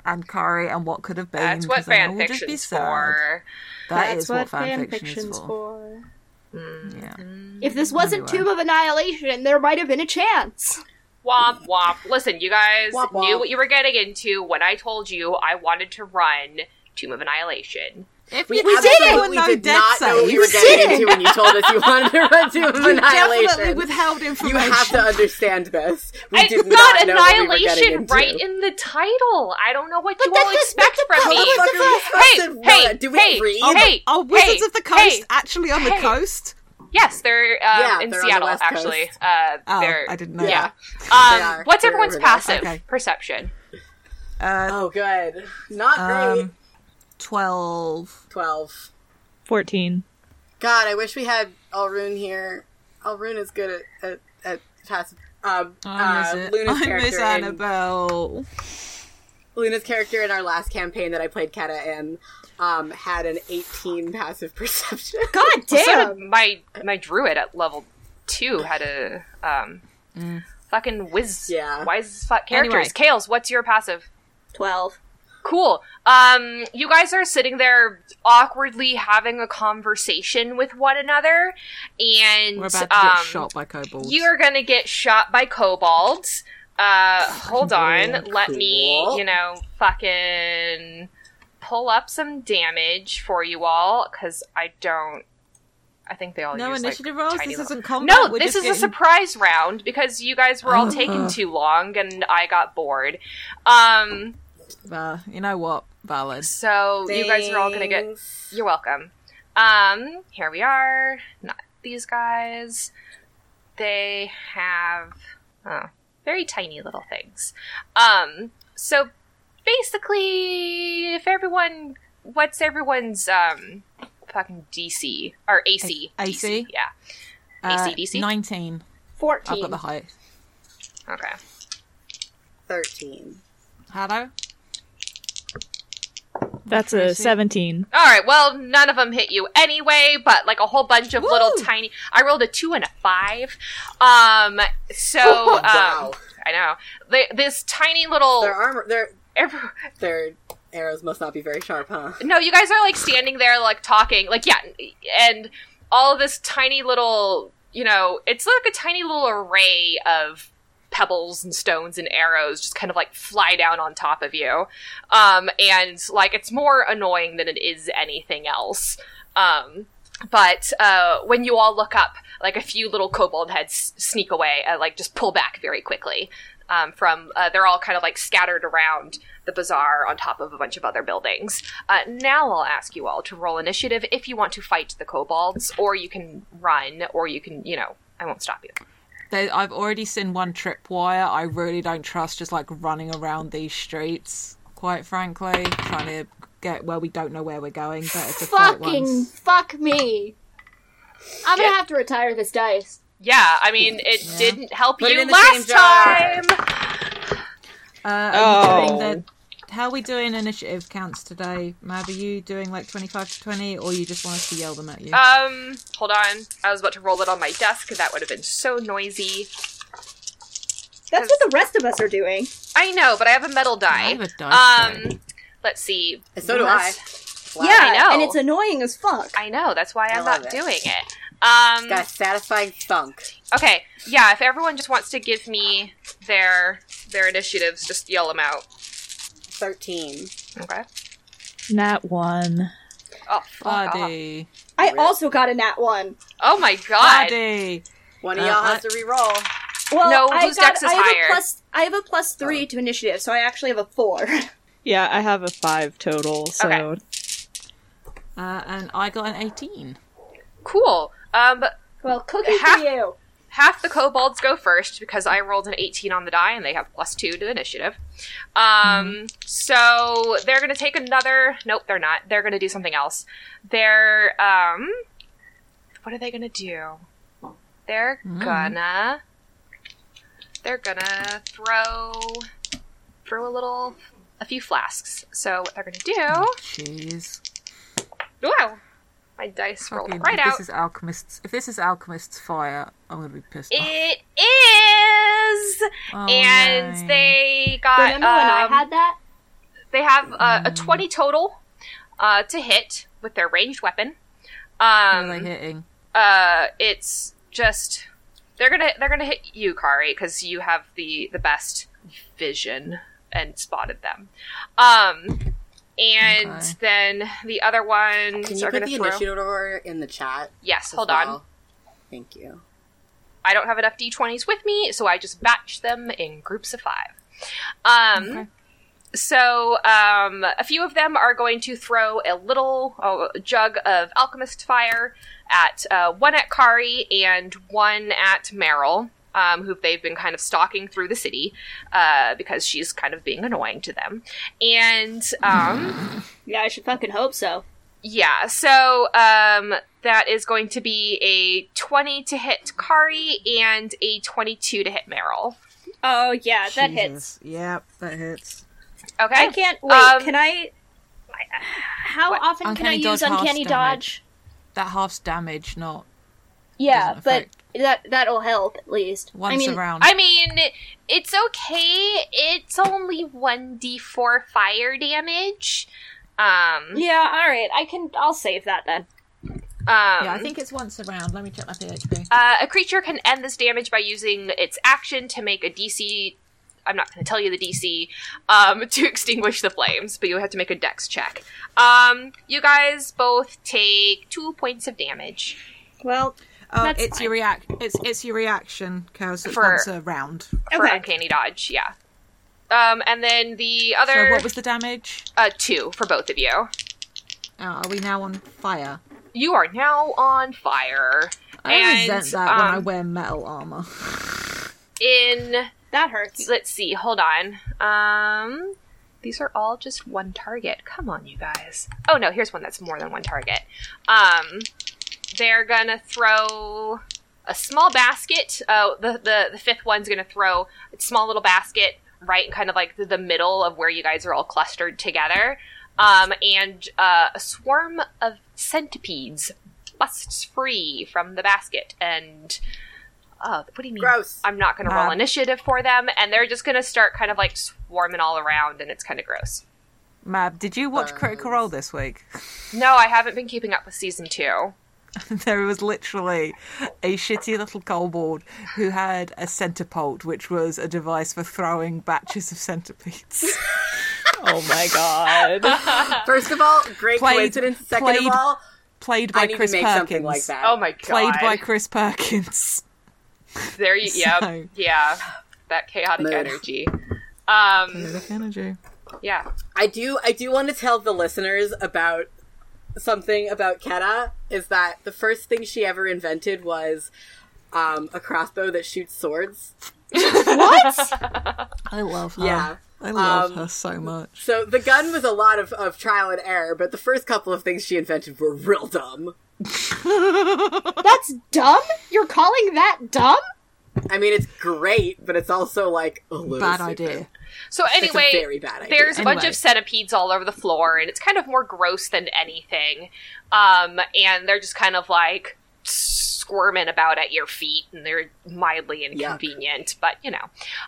G: and Kari and what could have been.
B: That's what
G: 'cause then I
B: fan
G: will just be
B: fiction's
G: sad.
B: for.
G: That
E: That's
G: is
E: what, Mm.
G: fanfiction
E: fan
G: is
E: fiction's
G: for.
E: for.
G: Yeah.
E: If this wasn't
G: Anyway.
E: Tomb of Annihilation, there might have been a chance.
B: Womp womp. Listen, you guys
F: Womp
B: knew
F: womp.
B: what you were getting into when I told you I wanted to run Tomb of Annihilation.
G: If
F: We,
G: you
F: absolutely
G: didn't, no
F: did
G: death
F: not know what we
G: saves.
F: were getting
E: didn't.
F: into when you told us you wanted to run to
G: You
F: annihilation.
G: definitely withheld
F: you
G: information.
F: have to understand this. We
B: I
F: did
B: got
F: not know what we were getting
B: Annihilation
F: into.
B: right in the title. I don't know what you all
G: that is
B: expect
G: not the
B: from me.
G: purpose
B: Hey,
F: Motherfucker, we
B: hey,
F: must have run. Do we
B: hey,
F: read?
B: oh, hey,
G: Are Wizards
B: hey,
G: of the Coast
B: hey.
G: actually on the
B: hey.
G: coast?
B: Yes, they're, um,
F: Yeah,
B: in
F: they're on the
B: Seattle,
F: West
B: actually.
F: Coast.
B: Uh,
G: Oh,
B: they're,
G: I didn't know
B: Yeah.
F: are.
B: Um, what's
F: They're
B: everyone's
F: everywhere.
B: passive
G: Okay.
B: perception?
G: Uh,
F: Oh, good. Not great.
G: Um, 12.
F: Twelve.
C: Fourteen.
F: God, I wish we had Alrune here. Alrune is good at, at, at Toss, um,
G: Oh, I miss
F: uh,
G: it.
F: Luna's
G: I miss
F: character in-
G: Annabelle.
F: Luna's character in our last campaign that I played Kata in um, had an 18 passive perception.
E: God
B: So
E: damn!
B: did my my druid at level two had a um fucking whiz
F: Yeah.
B: wise as fuck characters.
G: Mm. Anyway.
B: Kales, what's your passive?
E: Twelve.
B: Cool. Um, you guys are sitting there awkwardly having a conversation with one another, and
G: We're about to get
B: um,
G: shot by kobolds.
B: you are gonna get shot by kobolds. Uh, hold on. Let me,
F: Cool.
B: you know, fucking pull up some damage for you all because I don't. I think they all
G: no
B: use, like,
G: initiative rolls.
B: tiny
G: This
B: little-
G: isn't combat.
B: no,
G: We're
B: this is
G: just
B: a
G: getting- Oh.
B: surprise round because you guys were all taking too long and I got bored. Um,
G: Uh, you know what? Valid.
B: so you guys are all gonna get
F: Thanks.
B: you're welcome. Um, here we are. Not these guys. They have oh, very tiny little things. Um, so basically, if everyone, what's everyone's um, fucking DC or AC?
G: A-
B: DC,
G: AC?
B: yeah.
G: Uh,
B: ACDC?
G: Nineteen. I've got
E: Fourteen.
G: the height.
B: Okay.
F: 13.
G: Hello.
C: That's a 17.
B: All right. Well, none of them hit you anyway, but like a whole bunch of little tiny. I rolled a two and a five. Um. So. um,
F: Wow.
B: I know. They, this tiny little.
F: Their armor, their
B: every-
F: their arrows must not be very sharp, huh?
B: no, you guys are like standing there, like talking, like yeah, and all this tiny little, you know, it's like a tiny little array of pebbles and stones and arrows just kind of like fly down on top of you, um, and like it's more annoying than it is anything else. Um, but uh, when you all look up, like a few little kobold heads sneak away, uh, like just pull back very quickly. Um, from uh, they're all kind of like scattered around the bazaar on top of a bunch of other buildings. Uh, now I'll ask you all to roll initiative if you want to fight the kobolds, or you can run, or you can, you know, I won't stop you.
G: They, I've already seen one tripwire. I really don't trust just like running around these streets. Quite frankly, trying to get where we don't know where we're going. But it's a fight
E: Fucking
G: once.
E: fuck me. I'm gonna have to retire this dice.
B: Yeah, I mean, it didn't help
F: Put it
B: you
F: in the
B: last
F: same jar.
B: time.
G: Uh, are you
C: Oh.
G: doing the, how are we doing initiative counts today? Mab, are you doing like 25 to 20 or you just want us to yell them at you?
B: Um, hold on. I was about to roll it on my desk. That would have been so noisy.
E: That's what the rest of us are doing.
B: I know, but I have a metal die.
G: have a dice
B: um, let's see.
F: And so do I. Wow.
E: yeah,
B: I know.
E: and it's annoying as fuck.
B: I know. That's why I'm
F: love
B: not
F: it.
B: doing it. Um,
F: Got a satisfying thunk.
B: Okay, yeah. If everyone just wants to give me their their initiatives, just yell them out.
F: 13.
B: Okay.
C: Nat 1.
B: Oh, fuck off.
G: Buddy.
E: I also got a nat one.
B: Oh my god.
G: Buddy.
F: One of
G: Uh,
F: y'all
G: I-
F: has to re-roll.
E: Well,
B: No,
E: I
B: whose
E: got,
B: dex is
E: I have
B: higher?
E: A plus, I have a plus three to initiative, so I actually have a four.
C: Yeah, I have a 5 total, so
B: Okay.
G: Uh, and I got an 18.
B: Cool. Um,
E: well, cookie
B: Half-
E: for you.
B: half the kobolds go first because I rolled an 18 on the die and they have plus two to initiative. Um, so they're gonna take another. Nope, they're not. They're gonna do something else. They're um, what are they gonna do? They're
G: Mm-hmm.
B: gonna. They're gonna throw throw a little a few flasks. So what they're gonna
G: Jeez.
B: do? Wow, my dice rolled
G: Fucking-
B: right
G: if
B: out.
G: Mm. This is alchemists. If this is alchemist's fire, I'm gonna be pissed off.
B: It is,
G: Oh,
B: and
G: no.
B: they got.
E: Remember when I
B: um,
E: had that?
B: They have uh,
F: Mm.
B: a twenty total uh, to hit with their ranged weapon. Um,
G: What are they hitting?
B: uh, it's just they're gonna they're gonna hit you, Kari, because you have the the best vision and spotted them. Um, and
G: Okay.
B: then the other ones are
F: Can you put
B: gonna
F: the
B: throw.
F: initiative order in the chat?
B: yes,
F: as
B: hold on.
F: well? Thank you.
B: I don't have enough d20s with me, so I just batch them in groups of five. Um, So um, a few of them are going to throw a little uh, jug of alchemist fire at uh, one at Kari and one at Meryl, um, who they've been kind of stalking through the city uh, because she's kind of being annoying to them. And um,
E: Yeah, I should fucking hope so.
B: yeah, so um, That is going to be a 20 to hit Kari and a 22 to hit Meryl.
E: Oh yeah, that hits.
G: Yep, that hits.
B: Okay.
E: I can't wait.
B: Um,
E: can I? How often
G: Uncanny
E: can I use
G: dodge half
E: uncanny dodge?
G: damage. That half's damage, not
E: Yeah,
G: Doesn't
E: but
G: affect.
E: that that'll help at least.
G: once
E: I mean,
G: around.
B: I mean, it's okay. It's only 1d4 fire damage. Um,
E: Yeah, all right. I can. I'll save that then.
B: um,
G: yeah, I think it's once around. Let me check my PHP.
B: Uh, a creature can end this damage by using its action to make a DC. I'm not going to tell you the DC um, to extinguish the flames, but you have to make a dex check. Um, you guys both take two points of damage.
E: Well,
G: Oh,
E: that's
G: it's your react. It's it's your reaction, Kel. So it's
B: For-
G: once around.
B: for
E: Okay.
B: uncanny dodge. Yeah. Um, and then the other
G: So what was the damage?
B: uh, two for both of you.
G: Oh, are we now on fire?
B: You are now on fire.
G: I
B: and
G: resent that when I
B: um,
G: wear metal armor.
B: in
E: that hurts.
B: let's see, hold on. Um these are all just one target. Come on, you guys. Oh no, here's one that's more than one target. Um they're gonna throw a small basket. Uh the the, the fifth one's gonna throw a small little basket right in kind of like the, the middle of where you guys are all clustered together. Um and uh, a swarm of centipedes busts free from the basket and uh, what do you mean?
F: Gross.
B: I'm not going to
F: Uh-huh.
B: roll
G: Bad.
B: initiative for them, and they're just going to start kind of like swarming all around, and it's kind of gross.
G: Mab, did you watch Critical Role this week?
B: No, I haven't been keeping up with season two.
G: there was literally a shitty little kobold who had a centipult, which was a device for throwing batches of centipedes.
C: Oh my god.
F: First of all, great
G: Played-
F: coincidence. Second of
G: played
F: all,
G: Played by
F: I need
G: Chris
F: to make
G: Perkins.
F: something like that.
B: Oh my god!
G: Played by Chris Perkins.
B: there you, yeah,
G: So-
B: yeah, that chaotic
F: Move.
B: energy. Um,
G: Energy.
B: yeah,
F: I do I do want to tell the listeners about something about Keta is that the first thing she ever invented was um, a crossbow that shoots swords.
G: I love her.
F: Yeah.
G: I love
F: Um,
G: her so much.
F: So the gun was a lot of, of trial and error, but the first couple of things she invented were real dumb.
E: That's dumb. You're calling that dumb?
F: I mean, it's great, but it's also like a little
G: Bad
F: stupid.
G: idea.
B: So
F: It's
B: anyway,
F: a very bad idea.
B: there's a bunch
G: Anyway.
B: of centipedes all over the floor, and it's kind of more gross than anything. Um, and they're just kind of like squirming about at your feet, and they're mildly inconvenient, but you know.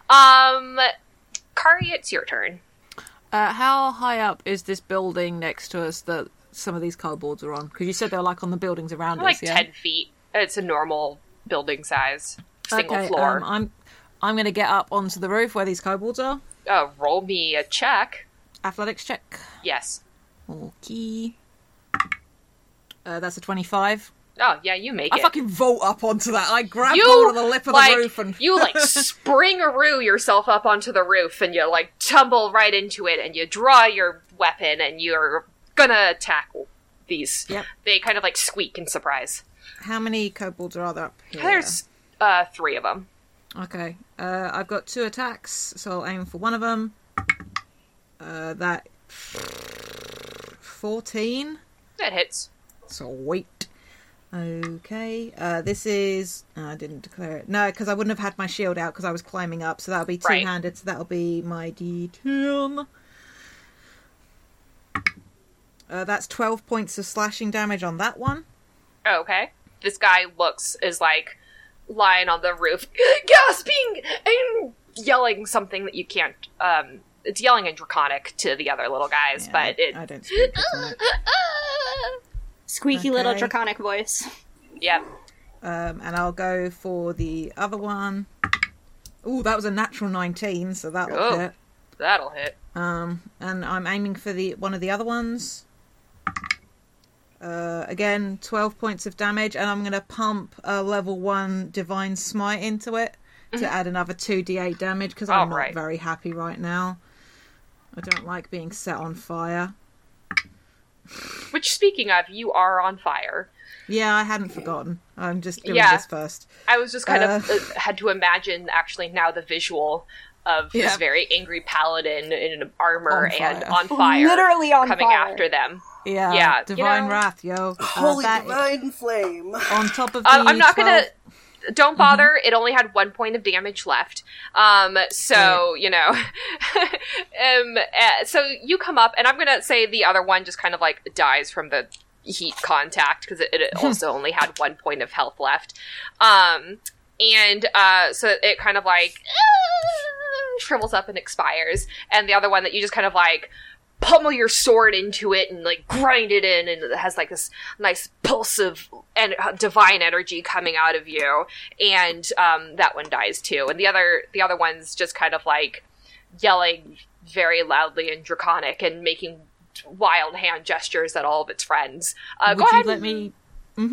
B: Um, Kari, it's your turn.
G: Uh, how high up is this building next to us that some of these cardboards are on? Because you said they're like on the buildings around
B: like
G: us. Yeah?
B: ten feet. It's a normal building size, single
G: okay,
B: floor.
G: Um, I'm I'm going to get up onto the roof where these cardboards are.
B: uh, roll me a check.
G: Athletics check.
B: Yes.
G: Okay. Uh, that's a 25.
B: Oh yeah, you make
G: I
B: it.
G: fucking vault up onto that. I grab
B: you
G: hold of the lip of
B: like,
G: the roof and
B: you like springaroo yourself up onto the roof and you like tumble right into it and you draw your weapon and you're gonna attack these.
G: Yep.
B: They kind of like squeak in surprise.
G: How many kobolds are there up here?
B: There's uh, three of them.
G: Okay. Uh, I've got two attacks, so I'll aim for one of them. Uh, that 14.
B: That hits.
G: Sweet. Okay. Uh, this is. oh, I didn't declare it. No, because I wouldn't have had my shield out because I was climbing up. So that'll be two
B: Right.
G: handed. So that'll be my D10. Uh, that's 12 points of slashing damage on that one.
B: Oh, Okay. This guy looks is like lying on the roof, gasping and yelling something that you can't. Um, it's yelling in draconic to the other little guys,
G: Yeah,
B: but it.
G: I don't speak. isn't it?
E: Squeaky little
G: Okay.
E: draconic voice.
B: yeah.
G: Um, and I'll go for the other one. Oh, that was a natural 19, so that'll
B: Oh.
G: hit.
B: That'll hit.
G: Um, and I'm aiming for the one of the other ones. Uh, again, twelve points of damage, and I'm going to pump a level one divine smite into it to add another two d8 damage because I'm
B: Mm-hmm. Alright.
G: not very happy right now. I don't like being set on fire.
B: Which, speaking of, you are on fire.
G: Yeah, I hadn't forgotten. I'm just doing
B: Yeah.
G: this first.
B: I was just kind of uh, had to imagine actually now the visual of this
G: Yeah.
B: very angry paladin in armor
G: On
B: and
G: fire.
B: on fire
E: Literally on
B: coming
E: fire.
B: after them.
G: Yeah,
B: Yeah, you
G: divine
B: know-
G: wrath, yo. Uh,
E: Oh,
F: Holy
G: that-
F: divine flame.
G: on top of. The
B: Um, I'm not
G: 12
B: gonna. Don't bother. It only had one point of damage left. Um, so you know, um, uh, so you come up, and I'm gonna say the other one just kind of like dies from the heat contact because it, it also only had one point of health left. Um, and uh, so it kind of like shrivels up and expires, and the other one that you just kind of like pummel your sword into it and like grind it in and it has like this nice pulse of en- divine energy coming out of you and um, that one dies too and the other the other one's just kind of like yelling very loudly and draconic and making wild hand gestures at all of its friends uh,
G: Would
B: go
G: you
B: ahead
G: let
B: and-
G: me?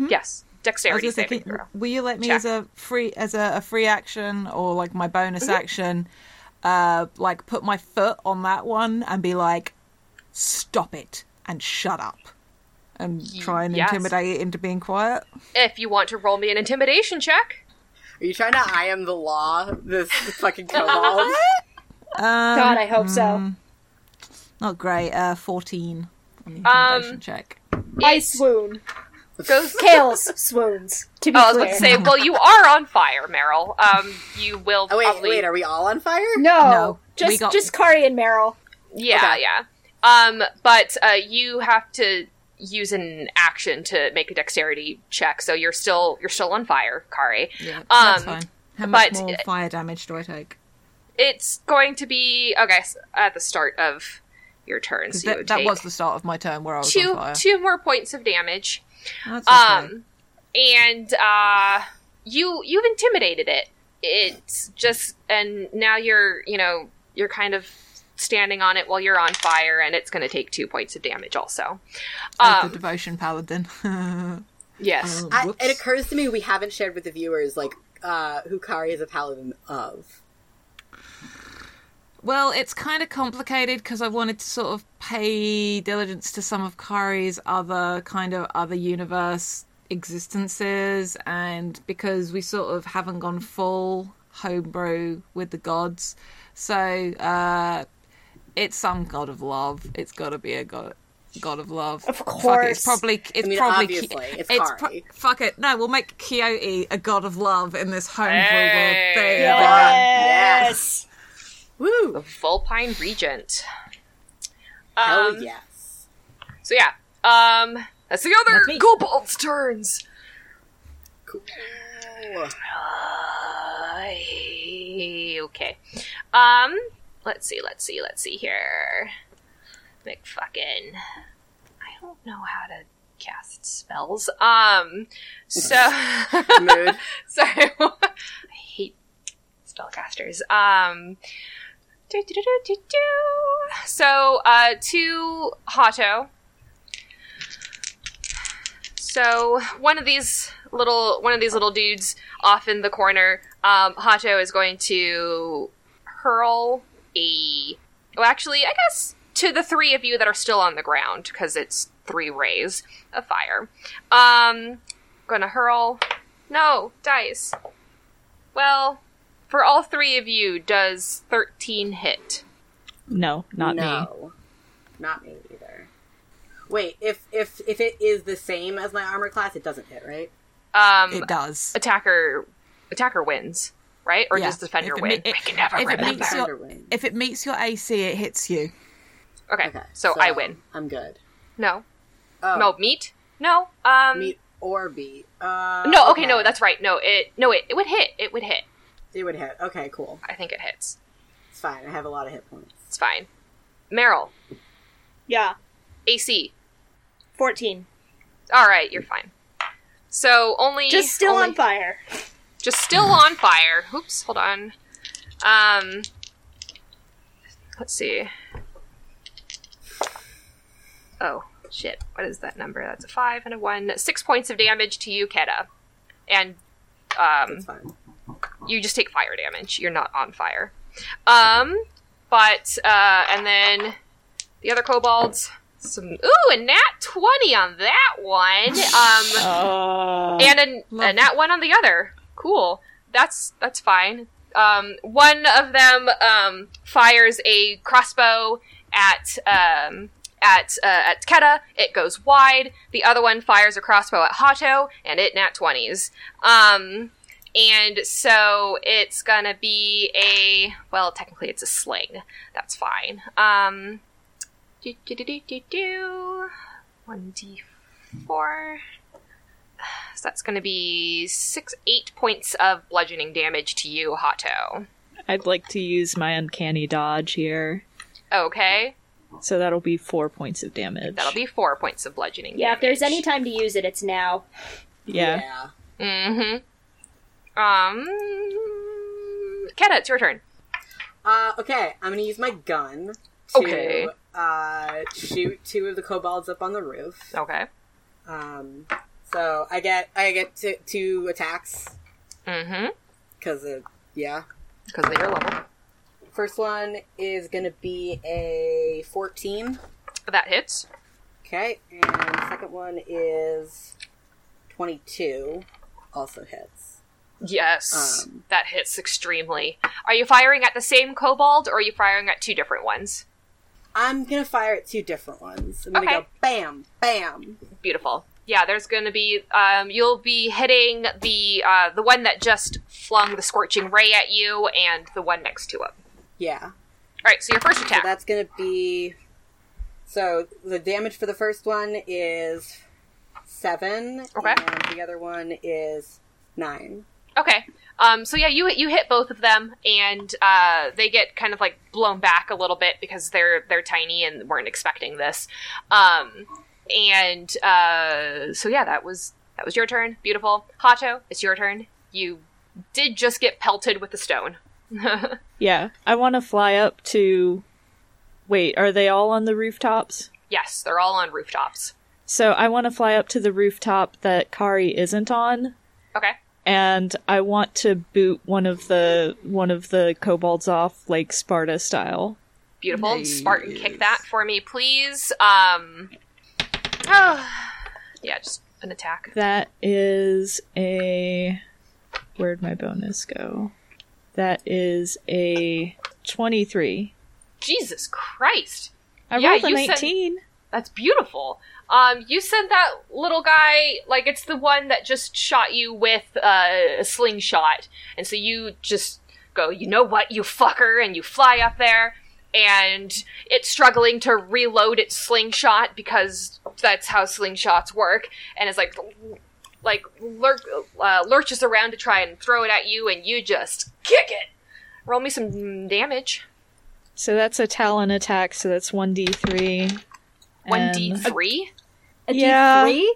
B: yes
G: I was
B: dexterity
G: gonna say,
B: saving
G: can-
B: throw
G: will you let me
B: Check.
G: as a free as a, a free action or like my bonus action, uh, like put my foot on that one and be like, stop it and shut up, and try and
B: yes.
G: intimidate it into being quiet.
B: if you want to roll me an intimidation check
F: Are you trying to I am the law? This fucking kobold. Oh,
E: God, I hope
G: mm.
E: so.
G: Not great. Uh, fourteen. On the
B: Um,
G: intimidation check.
E: I
B: It
E: swoon.
B: goes
E: Kales swoons. To be
B: Oh, I was
E: clear.
B: about to say, well, you are on fire, Meryl. Um, you will
F: oh wait,
B: probably...
F: wait, are we all on fire?
E: no,
G: No, we
E: just
G: got-
E: just Kari and Meryl.
B: Yeah,
F: Okay.
B: yeah. Um, but uh, you have to use an action to make a dexterity check, so you're still you're still on fire, Kari.
G: Yeah,
B: um,
G: that's fine. How much
B: but- uh,
G: more fire damage do I take?
B: It's going to be okay s- at the start of your turn. So you
G: That,
B: would
G: that
B: take
G: was the start of my turn where I was
B: two
G: on fire.
B: two more points of damage.
G: That's okay.
B: Um, and uh, you you've intimidated it. It's just and now you're you know you're kind of standing on it while you're on fire, and it's going to take two points of damage also.
G: Like
B: Um,
G: the devotion paladin.
B: yes.
F: I,
G: Whoops.
F: it occurs to me we haven't shared with the viewers like uh, who Kari is a paladin of.
G: Well, it's kind of complicated because I wanted to sort of pay diligence to some of Kari's other kind of other universe existences, and because we sort of haven't gone full homebrew with the gods, so uh, it's some god of love. It's got to be a god. God of love. Of Fuck it,
E: course.
G: it's probably it's
F: I mean,
G: probably
F: obviously,
G: Ki-
F: it's
G: pro-
F: Kari.
G: fuck it. No, we'll make Kyote a god of love in this homebrew
B: Hey.
G: world. There you go.
B: Uh,
F: Yes. Woo!
B: Volpine Regent. Um,
F: Hell yes.
B: So yeah, um, that's the other
G: me.
B: kobold's turns.
F: Ooh.
B: okay. Um, let's see, let's see, let's see here. McFuckin. I don't know how to cast spells. Um, so
F: Mood.
B: sorry, I hate spellcasters. Um. do, do, do, do, do, do. So, uh, to Hato. So one of these little one of these little dudes off in the corner, um, Hato is going to hurl a. Well, actually, I guess to the three of you that are still on the ground because it's three rays of fire. Um, gonna hurl. No dice. Well, for all three of you, does thirteen hit?
C: No, not me.
F: no, not me either. Wait, if if if it is the same as my armor class, it doesn't hit, right?
B: Um,
G: It does.
B: attacker attacker wins, right? Or
G: Yeah.
B: does defender
G: If it
B: win?
G: ma-
B: I can never
G: if it
B: remember.
G: meets
F: Defender
G: your,
F: wins.
G: if it meets your AC, it hits you.
B: okay, so, I win.
F: I'm good.
B: No,
F: Oh,
B: no meet. No, um,
F: meet or beat. Uh,
B: no. Okay, no, that's right. No, it no it it would hit. It would hit.
F: it would hit. Okay, cool.
B: I think it hits.
F: It's fine. I have a lot of hit points.
B: It's fine. Meryl,
E: Yeah.
B: AC.
E: Fourteen.
B: All right, you're fine. So only
E: Just still
B: only-
E: on fire.
B: just still on fire. Oops, hold on. Um, let's see. Oh shit! What is that number? That's a five and a one. Six points of damage to you, Keta, and um,
F: It's fine.
B: you just take fire damage. You're not on fire. Um, but uh, and then the other kobolds. Some ooh, a nat twenty on that one. Um,
C: Uh,
B: and a, a nat one on the other. Cool. That's that's fine. Um, one of them um, fires a crossbow at um, at uh, at Keta, it goes wide. The other one fires a crossbow at Hato, and it nat twenties. Um, and so it's gonna be a well, technically it's a sling. That's fine. Um, do do do do do do one d four. So that's going to be six, eight points of bludgeoning damage to you, Hato.
C: I'd like to use my uncanny dodge here.
B: Okay,
C: So that'll be four points of damage.
B: that'll be four points of bludgeoning.
H: Yeah, if there's any time to use it, it's now.
C: yeah.
B: Mm-hmm. Um, Keta, it's your turn.
F: Uh, okay, I'm gonna use my gun to
B: Okay.
F: uh, shoot two of the kobolds up on the roof.
B: Okay.
F: Um, so I get I get t- two attacks
B: Mm-hmm.
F: because of yeah.
B: Because of your level,
F: First one is gonna be a 14.
B: that hits.
F: Okay, and second one is 22. Also hits.
B: Yes,
F: Um.
B: that hits extremely. Are you firing at the same kobold, or are you firing at two different ones?
F: I'm gonna fire at two different ones. I'm gonna
B: Okay.
F: go bam, bam.
B: Beautiful. Yeah, there's going to be. Um, you'll be hitting the uh, the one that just flung the scorching ray at you, and the one next to it.
F: Yeah.
B: All right, so your first
F: So
B: attack.
F: that's gonna be. So the damage for the first one is seven.
B: Okay.
F: And the other one is nine.
B: Okay. Um, so yeah, you you hit both of them, and uh, they get kind of like blown back a little bit because they're they're tiny and weren't expecting this. Um, and uh, so yeah, that was that was your turn. Beautiful, Hato, it's your turn. You did just get pelted with a stone.
C: Yeah. I want to fly up to. Wait, are they all on the rooftops?
B: Yes, they're all on rooftops.
C: So I want to fly up to the rooftop that Kari isn't on,
B: Okay.
C: and I want to boot one of the one of the kobolds off, like Sparta style.
B: Beautiful. Spartan kick that for me, please. Um oh, Yeah, just an attack.
C: That is a. Where'd my bonus go? That is a twenty-three.
B: Jesus Christ.
C: I
B: Yeah,
C: rolled a
B: you said-
C: nineteen.
B: That's beautiful. Um, you said that little guy, like it's the one that just shot you with uh, a slingshot, and so you just go, you know what, you fucker, and you fly up there, and it's struggling to reload its slingshot because that's how slingshots work, and it's like, like lurk, uh, lurches around to try and throw it at you, and you just kick it. Roll me some damage.
C: So that's a talon attack. So that's one d three.
B: One
C: Um,
B: d three.
E: A
C: Yeah.
E: D3?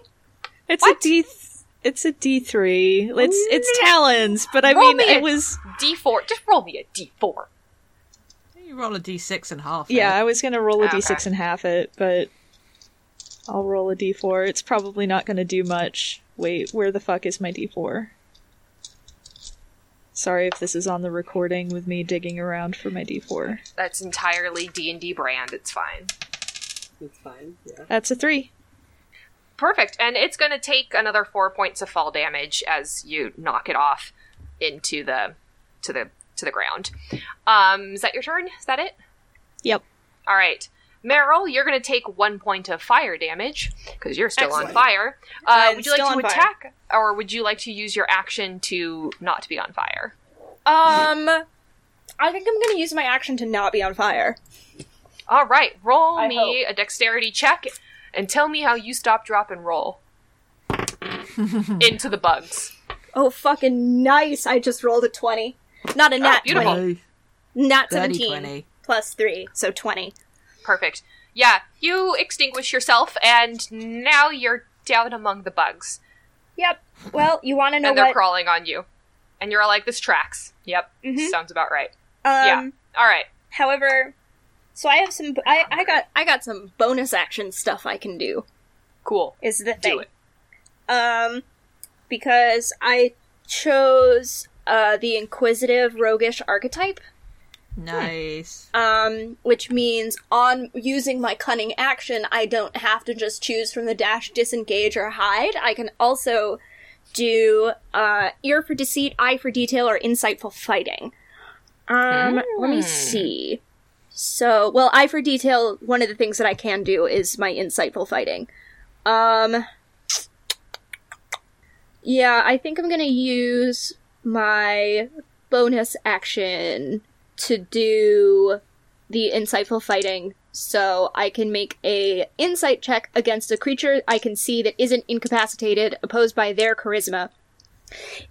C: It's
B: What?
C: a D. Th- it's a D three. It's it's talons, but I
B: Roll
C: mean,
B: me a-
C: it was.
B: D four. Just roll me a D four.
G: You roll a d6 and half. eh? it.
C: Yeah, I was gonna roll a
B: Okay.
C: D six and half it, but I'll roll a D four. It's probably not gonna do much. Wait, where the fuck is my D four? Sorry if this is on the recording with me digging around for my D four.
B: That's entirely D and D brand. It's fine.
F: It's fine. Yeah.
C: That's a three.
B: Perfect. And it's going to take another four points of fall damage as you knock it off into the to the to the ground. Um, is that your turn? Is that it?
C: Yep.
B: All right. Meryl, you're going to take one point of fire damage because you're still on
E: Excellent.
B: fire. Uh,
E: I'm
B: would you like
E: still
B: to
E: on fire.
B: attack, or would you like to use your action to not be on fire?
E: Um, I think I'm gonna use my action to not be on fire.
B: All right, roll
H: I
B: me a dexterity check and tell me how you stop, drop, and roll into the bugs.
E: Oh, fucking nice! I just rolled a 20. Not a nat
B: Oh, beautiful.
E: 20. Not
G: Dirty
E: 17.
G: 20.
E: Plus 3, so 20.
B: Perfect. Yeah, you extinguish yourself, and now you're down among the bugs,
H: Yep. Well, you want to know
B: and they're
H: what?
B: crawling on you, and you're all like, "This tracks." Yep,
H: Mm-hmm.
B: sounds about right.
E: Um,
B: yeah. All right.
E: However,
H: so I have some.
E: I, I got I got some bonus action stuff I can do.
B: Cool.
E: Is the thing.
B: Do it.
E: Um, because I chose uh, the inquisitive roguish archetype.
G: Nice.
E: um, which means on using my cunning action, I don't have to just choose from the dash, disengage, or hide. I can also do uh, ear for deceit, eye for detail, or insightful fighting. Um, let me see. So, well, I for detail, one of the things that I can do is my insightful fighting. Um, yeah, I think I'm gonna use my bonus action to do the insightful fighting. So I can make a insight check against a creature I can see that isn't incapacitated, opposed by their charisma.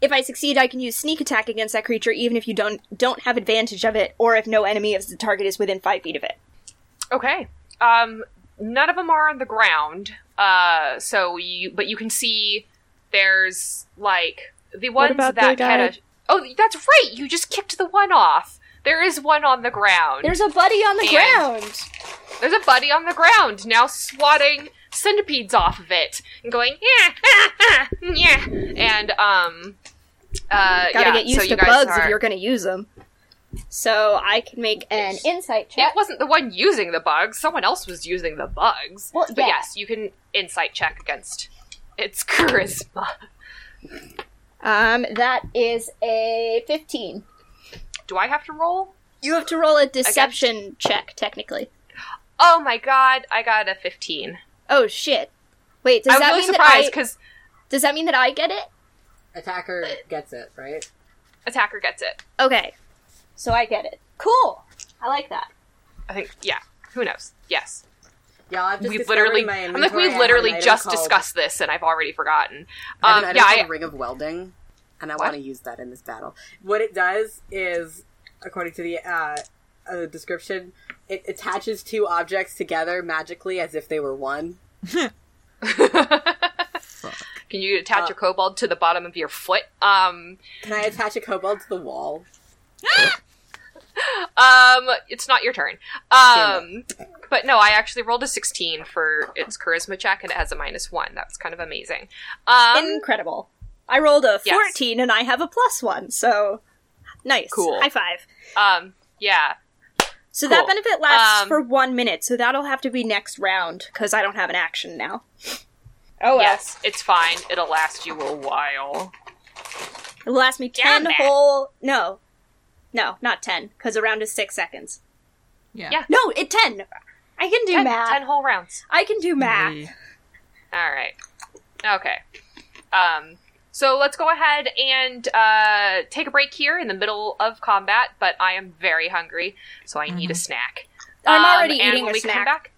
E: If I succeed, I can use sneak attack against that creature, even if you don't don't have advantage of it, or if no enemy of the target is within five feet of it.
B: Okay. Um, none of them are on the ground. Uh, so you, but you can see there's like the ones
C: about the
B: that
C: guy?
B: had a. Oh, that's right. You just kicked the one off. There is one on the ground.
H: There's a buddy on the
B: And-
H: ground.
B: There's a buddy on the ground now swatting centipedes off of it and going yeah ah, ah, yeah and um uh
E: Gotta
B: yeah,
E: get used
B: so you
E: to
B: guys
E: bugs
B: are-
E: if you're gonna use them. So I can make an insight check.
B: It wasn't the one using the bugs. Someone else was using the bugs.
H: Well,
B: But
H: yeah.
B: yes, you can insight check against its charisma.
E: Um, that is a fifteen.
B: Do I have to roll?
E: You have to roll a deception check, technically.
B: Oh my god, I got a 15.
E: Oh shit! Wait, does
B: I was
E: that
B: really
E: mean that
B: surprised
E: I
B: because
E: does that mean that I get it?
F: Attacker gets it, right?
B: attacker gets it.
E: Okay, so I get it. Cool. I like that.
B: I think, yeah. Who knows? Yes.
F: Yeah, I've just
B: we
F: discovered
B: literally,
F: in my
B: I'm like,
F: inventory I
B: we
F: have
B: literally
F: an item
B: just
F: called-
B: discussed this and I've already forgotten.
F: I have
B: Um,
F: an item
B: yeah,
F: called
B: I,
F: Ring of Welding, and I want to use that in this battle. What it does is, according to the uh, uh, description, it attaches two objects together magically as if they were one.
B: can you attach
F: Uh,
B: a kobold to the bottom of your foot? Um,
F: Can I attach a kobold to the wall?
B: um, it's not your turn. Um, but no, I actually rolled a 16 for its charisma check and it has a minus one. That's kind of amazing. Um,
E: Incredible. I rolled a
B: Yes.
E: 14 and I have a plus one, so nice.
B: Cool.
E: High five.
B: um, yeah.
E: So that
B: Cool.
E: benefit lasts
B: Um,
E: for one minute, so that'll have to be next round because I don't have an action now. Oh, well.
B: Yes, it's fine. It'll last you a while.
E: It'll last me 10
B: Damn it.
E: whole. No. No, not 10, because a round is six seconds.
G: Yeah.
B: Yeah.
E: No, it 10. I can do
B: Ten,
E: math.
B: ten whole rounds.
E: I can do math.
G: Yeah.
B: All right. Okay. Um, so let's go ahead and uh, take a break here in the middle of combat, but I am very hungry, so I need a snack.
E: Mm-hmm. I'm
B: Um,
E: already
B: and
E: eating
B: when
E: a
B: we Come
E: snack.
B: back,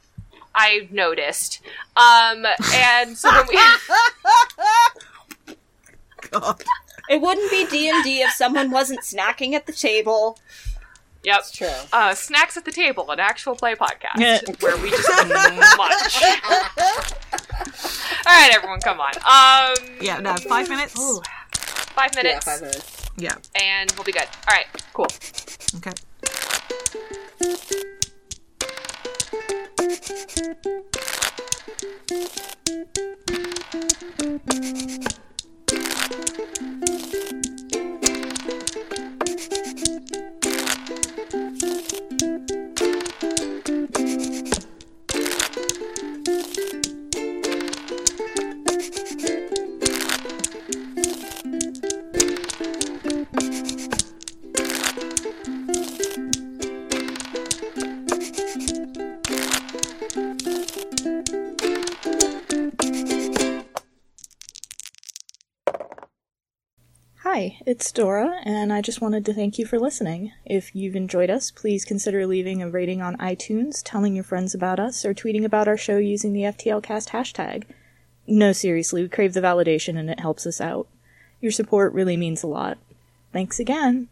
B: I noticed. Um, and so when we.
G: God.
E: It wouldn't be D&D if someone wasn't snacking at the table.
B: Yep.
F: It's true.
B: Uh, snacks at the table, an actual play podcast
C: Yeah.
B: where we just munch. All right, everyone, come on. Um,
G: Yeah, no, five minutes.
B: five minutes,
F: Yeah, five minutes.
G: Yeah,
B: and we'll be good. All right, cool.
G: okay.
C: Hi, it's Dora, and I just wanted to thank you for listening. If you've enjoyed us, please consider leaving a rating on iTunes, telling your friends about us, or tweeting about our show using the FTLcast hashtag. No, seriously, we crave the validation and it helps us out. Your support really means a lot. Thanks again.